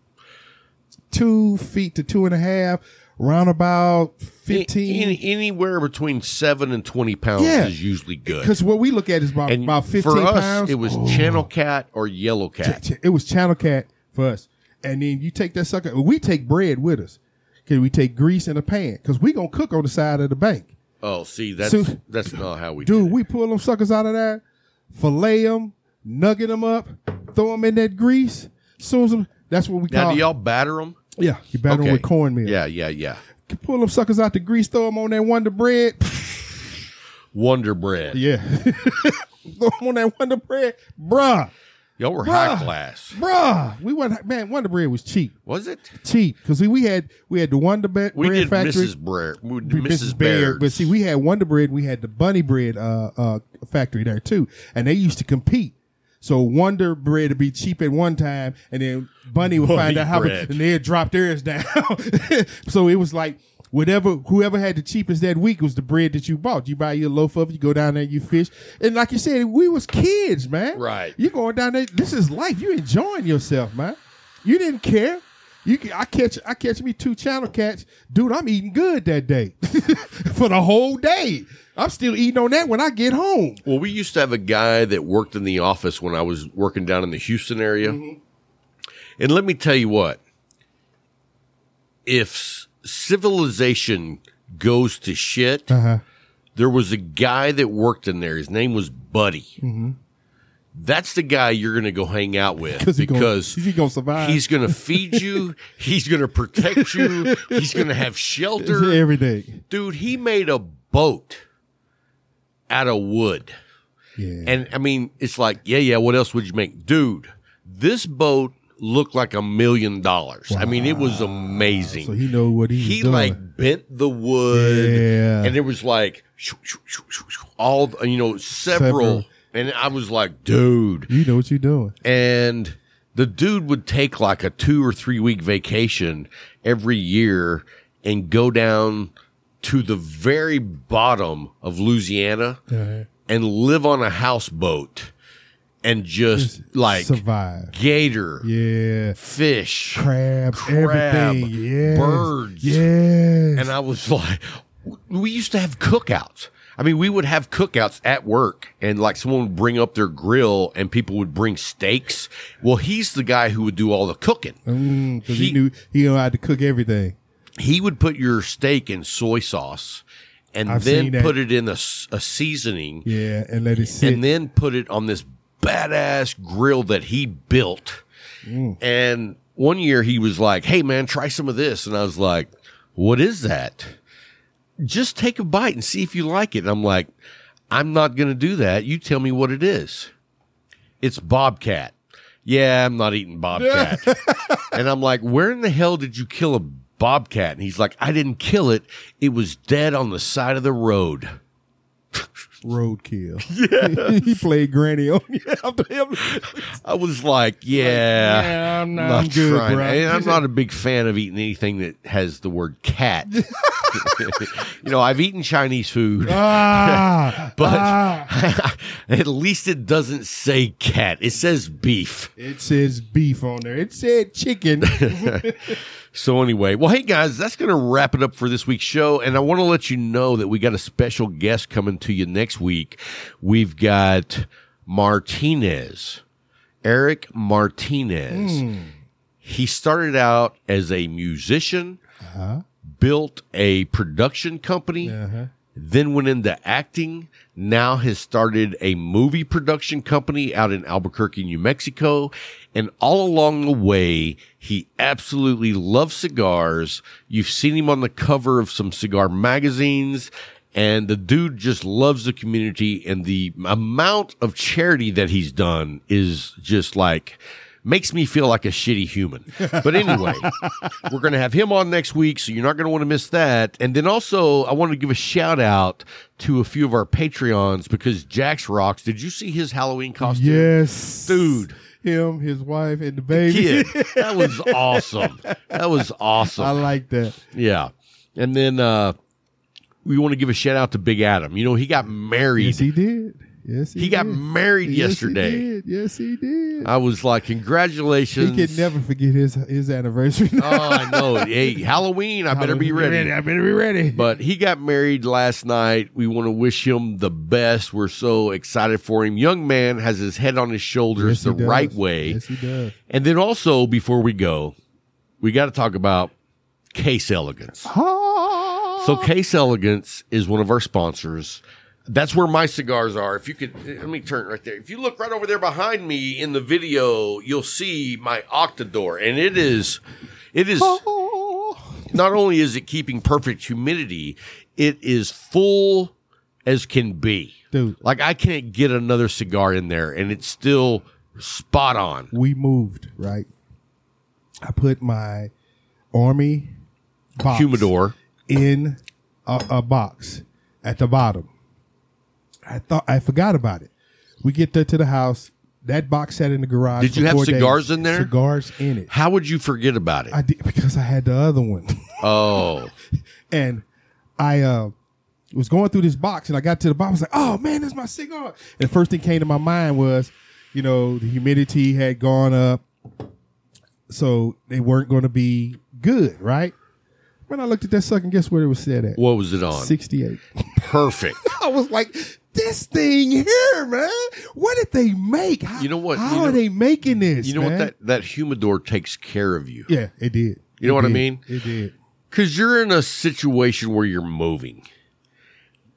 Speaker 3: two feet to two and a half, round about fifteen.
Speaker 2: Any, anywhere between seven and twenty pounds
Speaker 3: Yeah.
Speaker 2: is usually good.
Speaker 3: because what we look at is about,
Speaker 2: and
Speaker 3: about 15
Speaker 2: for us,
Speaker 3: pounds. Oh.
Speaker 2: it was channel cat or yellow cat.
Speaker 3: Ch- it was channel cat for us. And then you take that sucker. We take bread with us. Okay, we take grease in a pan because we gonna cook on the side of the bank,
Speaker 2: Oh, see, that's
Speaker 3: So-
Speaker 2: that's not how we do.
Speaker 3: dude. We pull them suckers out of there, fillet them, nugget them up, throw them in that grease. Soon as 'em- that's what we
Speaker 2: Now,
Speaker 3: call.
Speaker 2: do y'all batter them?
Speaker 3: yeah, you batter 'em
Speaker 2: Okay.
Speaker 3: with cornmeal.
Speaker 2: Yeah, yeah, yeah.
Speaker 3: You pull them suckers out the grease, throw them on that Wonder bread.
Speaker 2: Wonder bread.
Speaker 3: Yeah, throw them on that Wonder bread, bruh,
Speaker 2: Y'all were high
Speaker 3: Bruh.
Speaker 2: class.
Speaker 3: bruh. We went man, Wonder bread was cheap.
Speaker 2: Was it?
Speaker 3: cheap because we had we had the Wonder Bre-
Speaker 2: We
Speaker 3: Bread
Speaker 2: did
Speaker 3: factory.
Speaker 2: Mrs. Bread. We did
Speaker 3: we-
Speaker 2: Mrs.
Speaker 3: Baird,
Speaker 2: Baird.
Speaker 3: but see, we had Wonder Bread. We had the Bunny Bread uh, uh, factory there too, and they used to compete. So Wonder Bread would be cheap at one time, and then Bunny would
Speaker 2: Bunny
Speaker 3: find out how, much,
Speaker 2: bread.
Speaker 3: and they'd drop theirs down. so it was like whatever, whoever had the cheapest that week was the bread that you bought. You buy your loaf of, it, you go down there, you fish, and like you said, we was kids, man.
Speaker 2: Right.
Speaker 3: You going down there? This is life. You enjoying yourself, man. You didn't care. You, ca- I catch, I catch me two channel cats, dude. I'm eating good that day for the whole day. I'm still eating on that when I get home.
Speaker 2: Well, we used to have a guy that worked in the office when I was working down in the Houston area.
Speaker 3: Mm-hmm.
Speaker 2: And let me tell you what if s- civilization goes to shit,
Speaker 3: Uh-huh.
Speaker 2: there was a guy that worked in there. His name was Buddy.
Speaker 3: Mm-hmm.
Speaker 2: That's the guy you're going to go hang out with
Speaker 3: he gonna-
Speaker 2: because
Speaker 3: he gonna survive.
Speaker 2: He's going to feed you. he's going to protect you. He's going to have shelter.
Speaker 3: Every day,
Speaker 2: Dude, he made a boat out of wood.
Speaker 3: yeah.
Speaker 2: And I mean, it's like, yeah, yeah, what else would you make? Dude, this boat looked like a million dollars. I mean, it was amazing.
Speaker 3: So he know what he was
Speaker 2: He
Speaker 3: doing.
Speaker 2: like bent the wood
Speaker 3: Yeah.
Speaker 2: and it was like shoo, shoo, shoo, shoo, shoo, all the- you know, several
Speaker 3: Several.
Speaker 2: and I was like, dude.
Speaker 3: you know what you're doing.
Speaker 2: And the dude would take like a two or three week vacation every year and go down to the very bottom of Louisiana
Speaker 3: Yeah.
Speaker 2: and live on a houseboat and just like
Speaker 3: survive.
Speaker 2: gator,
Speaker 3: Yeah,
Speaker 2: fish,
Speaker 3: crabs,
Speaker 2: Crab,
Speaker 3: everything. Yeah,
Speaker 2: birds.
Speaker 3: Yeah,
Speaker 2: and I was like, we used to have cookouts. I mean, we would have cookouts at work, and like someone would bring up their grill, and people would bring steaks. Well, he's the guy who would do all the cooking.
Speaker 3: because Mm, he,
Speaker 2: he-
Speaker 3: knew he knew how to cook everything.
Speaker 2: He would put your steak in soy sauce, and
Speaker 3: I've seen
Speaker 2: then
Speaker 3: that.
Speaker 2: put it in a, s- a seasoning,
Speaker 3: Yeah, and let it sit.
Speaker 2: and then put it on this badass grill that he built. Mm. And one year he was like, "Hey man, try some of this," and I was like, "What is that?" Just take a bite and see if you like it. And I'm like, "I'm not going to do that. You tell me what it is." It's bobcat. Yeah, I'm not eating bobcat. and I'm like, "Where in the hell did you kill a bobcat?" And he's like, "I didn't kill it. It was dead on the side of the road."
Speaker 3: roadkill. Yeah, he played Granny on you after him.
Speaker 2: I was like, yeah,
Speaker 3: yeah, I'm not- I'm good,
Speaker 2: Ah, trying.
Speaker 3: bro.
Speaker 2: And I'm not a big fan of eating anything that has the word cat. you know, I've eaten Chinese food,
Speaker 3: Ah,
Speaker 2: but
Speaker 3: ah.
Speaker 2: at least it doesn't say cat. It says beef.
Speaker 3: it says beef on there. It said chicken.
Speaker 2: So anyway, well, hey guys, that's going to wrap it up for this week's show, and I want to let you know that we got a special guest coming to you next week. We've got Martinez, Eric Martinez. He started out as a musician, built a production company, then went into acting. Now has started a movie production company out in Albuquerque, New Mexico. And all along the way, he absolutely loves cigars. You've seen him on the cover of some cigar magazines. And the dude just loves the community and the amount of charity that he's done is just like, makes me feel like a shitty human. But anyway, we're going to have him on next week, so you're not going to want to miss that. And then also, I want to give a shout out to a few of our Patreons because Jax Rocks, did you see his Halloween costume?
Speaker 3: Yes,
Speaker 2: Dude.
Speaker 3: Him, his wife, and the baby.
Speaker 2: Kid, that was awesome. That was awesome.
Speaker 3: I like that.
Speaker 2: yeah. And then uh we want to give a shout out to Big Adam. You know, he got married.
Speaker 3: Yes, he did. Yes, he,
Speaker 2: he got
Speaker 3: did.
Speaker 2: married
Speaker 3: Yes, he
Speaker 2: yesterday. Ah,
Speaker 3: did. Yes, he did.
Speaker 2: I was like,
Speaker 3: He
Speaker 2: congratulations.
Speaker 3: can never forget his his anniversary.
Speaker 2: oh, I know. Hey, Halloween, I better be ready.
Speaker 3: I better be ready.
Speaker 2: But he got married last night. We want to wish him the best. We're so excited for him. Young man has his head on his shoulders
Speaker 3: Yes,
Speaker 2: the
Speaker 3: he does.
Speaker 2: right way.
Speaker 3: Yes, he does.
Speaker 2: And then also, before we go, we got to talk about Case Elegance. So Case Elegance is one of our sponsors. That's where my cigars are. If you could, eh, let me turn right there. If you look right over there behind me in the video, you'll see my Octador, and it is, it is not only is it keeping perfect humidity, it is full as can be.
Speaker 3: Dude.
Speaker 2: Like I can't get another cigar in there and it's still spot on.
Speaker 3: we moved right. I put my army box
Speaker 2: Humidor.
Speaker 3: in a, a box at the bottom. I thought I forgot about it. We get that to the house. That box sat in the garage.
Speaker 2: Did you
Speaker 3: for
Speaker 2: have
Speaker 3: four
Speaker 2: cigars
Speaker 3: days.
Speaker 2: in there?
Speaker 3: Cigars in it.
Speaker 2: How would you forget about it?
Speaker 3: I did because I had the other one,
Speaker 2: oh.
Speaker 3: and I uh, was going through this box, and I got to the bottom. I was like, "Oh man, that's my cigar!" And the first thing came to my mind was, you know, the humidity had gone up, so they weren't going to be good, right? When I looked at that sucker, guess where it was set at?
Speaker 2: What was it on?
Speaker 3: Sixty-eight.
Speaker 2: Perfect.
Speaker 3: I was like, this thing here, man. What did they make? How,
Speaker 2: You know what?
Speaker 3: How
Speaker 2: You know-
Speaker 3: are they making this?
Speaker 2: You know
Speaker 3: man?
Speaker 2: what that that humidor takes care of you.
Speaker 3: Yeah, it did.
Speaker 2: You know
Speaker 3: It
Speaker 2: what I
Speaker 3: did.
Speaker 2: mean?
Speaker 3: It did.
Speaker 2: Cuz you're in a situation where you're moving.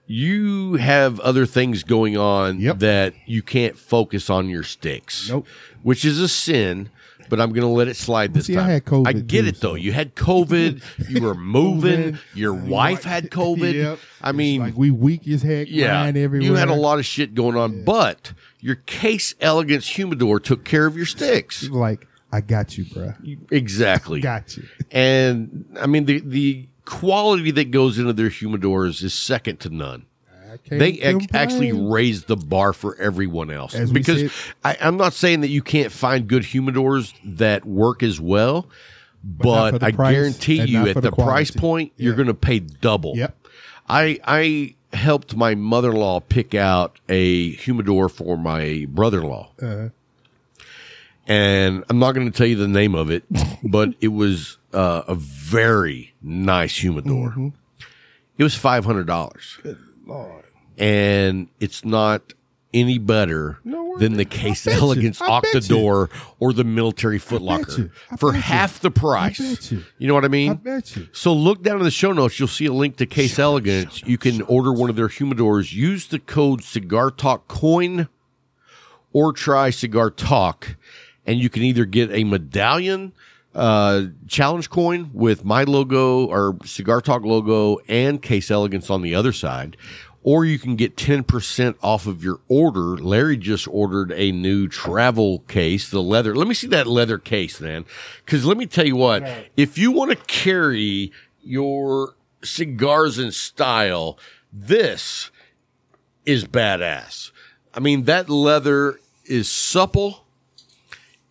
Speaker 2: You have other things going on
Speaker 3: Yep.
Speaker 2: that you can't focus on your sticks.
Speaker 3: Nope.
Speaker 2: Which is a sin, but I'm going to let it slide this
Speaker 3: See, I
Speaker 2: time.
Speaker 3: had COVID,
Speaker 2: get
Speaker 3: too,
Speaker 2: it though.
Speaker 3: so-
Speaker 2: You had COVID, you were moving,
Speaker 3: Moving.
Speaker 2: your wife had COVID.
Speaker 3: Yep.
Speaker 2: I
Speaker 3: It's
Speaker 2: mean,
Speaker 3: like we weak as heck.
Speaker 2: yeah,
Speaker 3: crying everywhere.
Speaker 2: you had a lot of shit going on, but your Case Elegance humidor took care of your sticks.
Speaker 3: Like I got you, bruh.
Speaker 2: Exactly.
Speaker 3: Got you.
Speaker 2: And I mean the the quality that goes into their humidors is second to none.
Speaker 3: I can't
Speaker 2: They ac-
Speaker 3: complain.
Speaker 2: actually raised the bar for everyone else
Speaker 3: As we
Speaker 2: because
Speaker 3: said-
Speaker 2: I, I'm not saying that you can't find good humidors that work as well,
Speaker 3: not
Speaker 2: but,
Speaker 3: for the
Speaker 2: I
Speaker 3: price
Speaker 2: guarantee
Speaker 3: and
Speaker 2: you
Speaker 3: not
Speaker 2: at
Speaker 3: for
Speaker 2: the,
Speaker 3: the
Speaker 2: price
Speaker 3: quality.
Speaker 2: point you're going to pay double.
Speaker 3: Yep.
Speaker 2: I I helped my mother-in-law pick out a humidor for my brother-in-law.
Speaker 3: Uh-huh.
Speaker 2: And I'm not going to tell you the name of it, but it was uh, a very nice humidor.
Speaker 3: Mm-hmm.
Speaker 2: It was five hundred dollars, and it's not any better
Speaker 3: No way.
Speaker 2: than the
Speaker 3: I
Speaker 2: Case
Speaker 3: bet you.
Speaker 2: Elegance
Speaker 3: I bet you.
Speaker 2: Octador or the Military
Speaker 3: you.
Speaker 2: Footlocker
Speaker 3: I
Speaker 2: for
Speaker 3: bet you.
Speaker 2: half the price.
Speaker 3: bet you.
Speaker 2: know what I mean?
Speaker 3: I bet you.
Speaker 2: So look down in the show notes. You'll see a link to Case Elegance. you can order one of their humidors. Use the code Cigar Talk Coin or try Cigar Talk, and you can either get a medallion uh, challenge coin with my logo or Cigar Talk logo and Case Elegance on the other side. Or you can get 10% off of your order. Larry just ordered a new travel case, the leather. Let me see that leather case, man. Because let me tell you what, if you want to carry your cigars in style, this is badass. I mean, that leather is supple,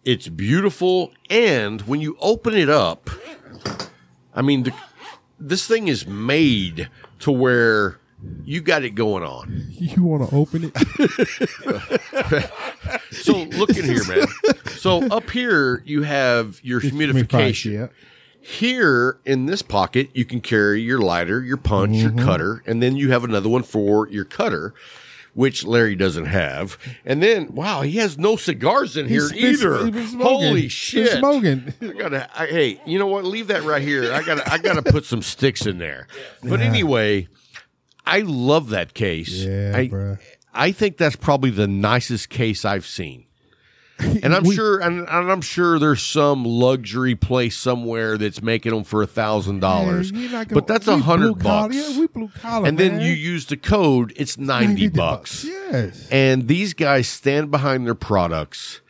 Speaker 2: it's beautiful, and when you open it up, I mean, the, this thing is made to where you got it going on.
Speaker 3: You want to open it?
Speaker 2: So look in here, man. So up here you have your humidification.
Speaker 3: Yeah.
Speaker 2: Here in this pocket, you can carry your lighter, your punch,
Speaker 3: Mm-hmm.
Speaker 2: your cutter, and then you have another one for your cutter, which Larry doesn't have. And then, wow, he has no cigars in here
Speaker 3: He's been-
Speaker 2: either.
Speaker 3: he's been smoking.
Speaker 2: Holy
Speaker 3: Been
Speaker 2: shit!
Speaker 3: smoking.
Speaker 2: I gotta. I, hey, you know what? Leave that right here. I gotta. I gotta put some sticks in there. But anyway, I love that case.
Speaker 3: Yeah,
Speaker 2: I,
Speaker 3: bruh.
Speaker 2: I think that's probably the nicest case I've seen. And I'm
Speaker 3: We-
Speaker 2: sure, and, and I'm sure there's some luxury place somewhere that's making them for a thousand dollars,
Speaker 3: Yeah, you're not gonna-
Speaker 2: but that's
Speaker 3: we
Speaker 2: a hundred
Speaker 3: blue collar-
Speaker 2: bucks.
Speaker 3: Yeah, we blue collar.
Speaker 2: and then
Speaker 3: man.
Speaker 2: you use the code, it's ninety, bucks.
Speaker 3: Yes.
Speaker 2: And these guys stand behind their products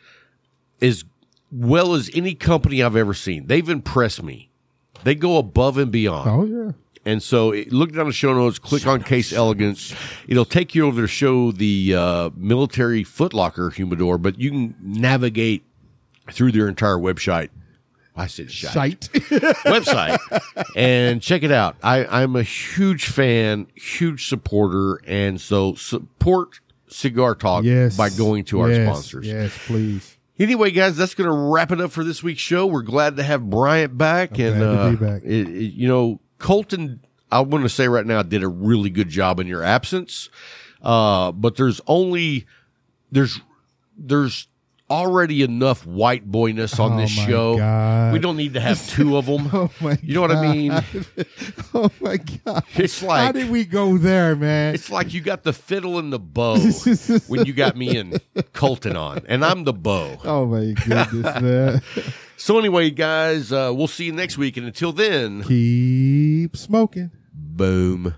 Speaker 2: as well as any company I've ever seen. They've impressed me. They go above and beyond.
Speaker 3: Oh yeah.
Speaker 2: And so it, look down the show notes, click on Case Elegance. It'll take you over to show the uh, military footlocker humidor, but you can navigate through their entire website. I said shite.
Speaker 3: Shite.
Speaker 2: website and check it out. I, I'm a huge fan, huge supporter, and so support Cigar Talk
Speaker 3: yes.
Speaker 2: by going to our
Speaker 3: Yes.
Speaker 2: sponsors.
Speaker 3: Yes, please.
Speaker 2: Anyway, guys, that's going to wrap it up for this week's show. We're glad to have Bryant back, and
Speaker 3: glad to
Speaker 2: uh,
Speaker 3: be back.
Speaker 2: it- it- you know, Colton, I want to say right now, did a really good job in your absence. Uh, but there's only there's there's already enough white boyness on
Speaker 3: Oh
Speaker 2: this
Speaker 3: my
Speaker 2: show.
Speaker 3: God.
Speaker 2: We don't need to have two of them.
Speaker 3: Oh my.
Speaker 2: you know what I mean?
Speaker 3: God. oh my god.
Speaker 2: It's
Speaker 3: How
Speaker 2: like
Speaker 3: did we go there, man?
Speaker 2: it's like you got the fiddle and the bow when you got me and Colton on, and I'm the bow.
Speaker 3: Oh my goodness, man.
Speaker 2: So anyway, guys, uh, we'll see you next week, and until then,
Speaker 3: Keep smoking.
Speaker 2: boom.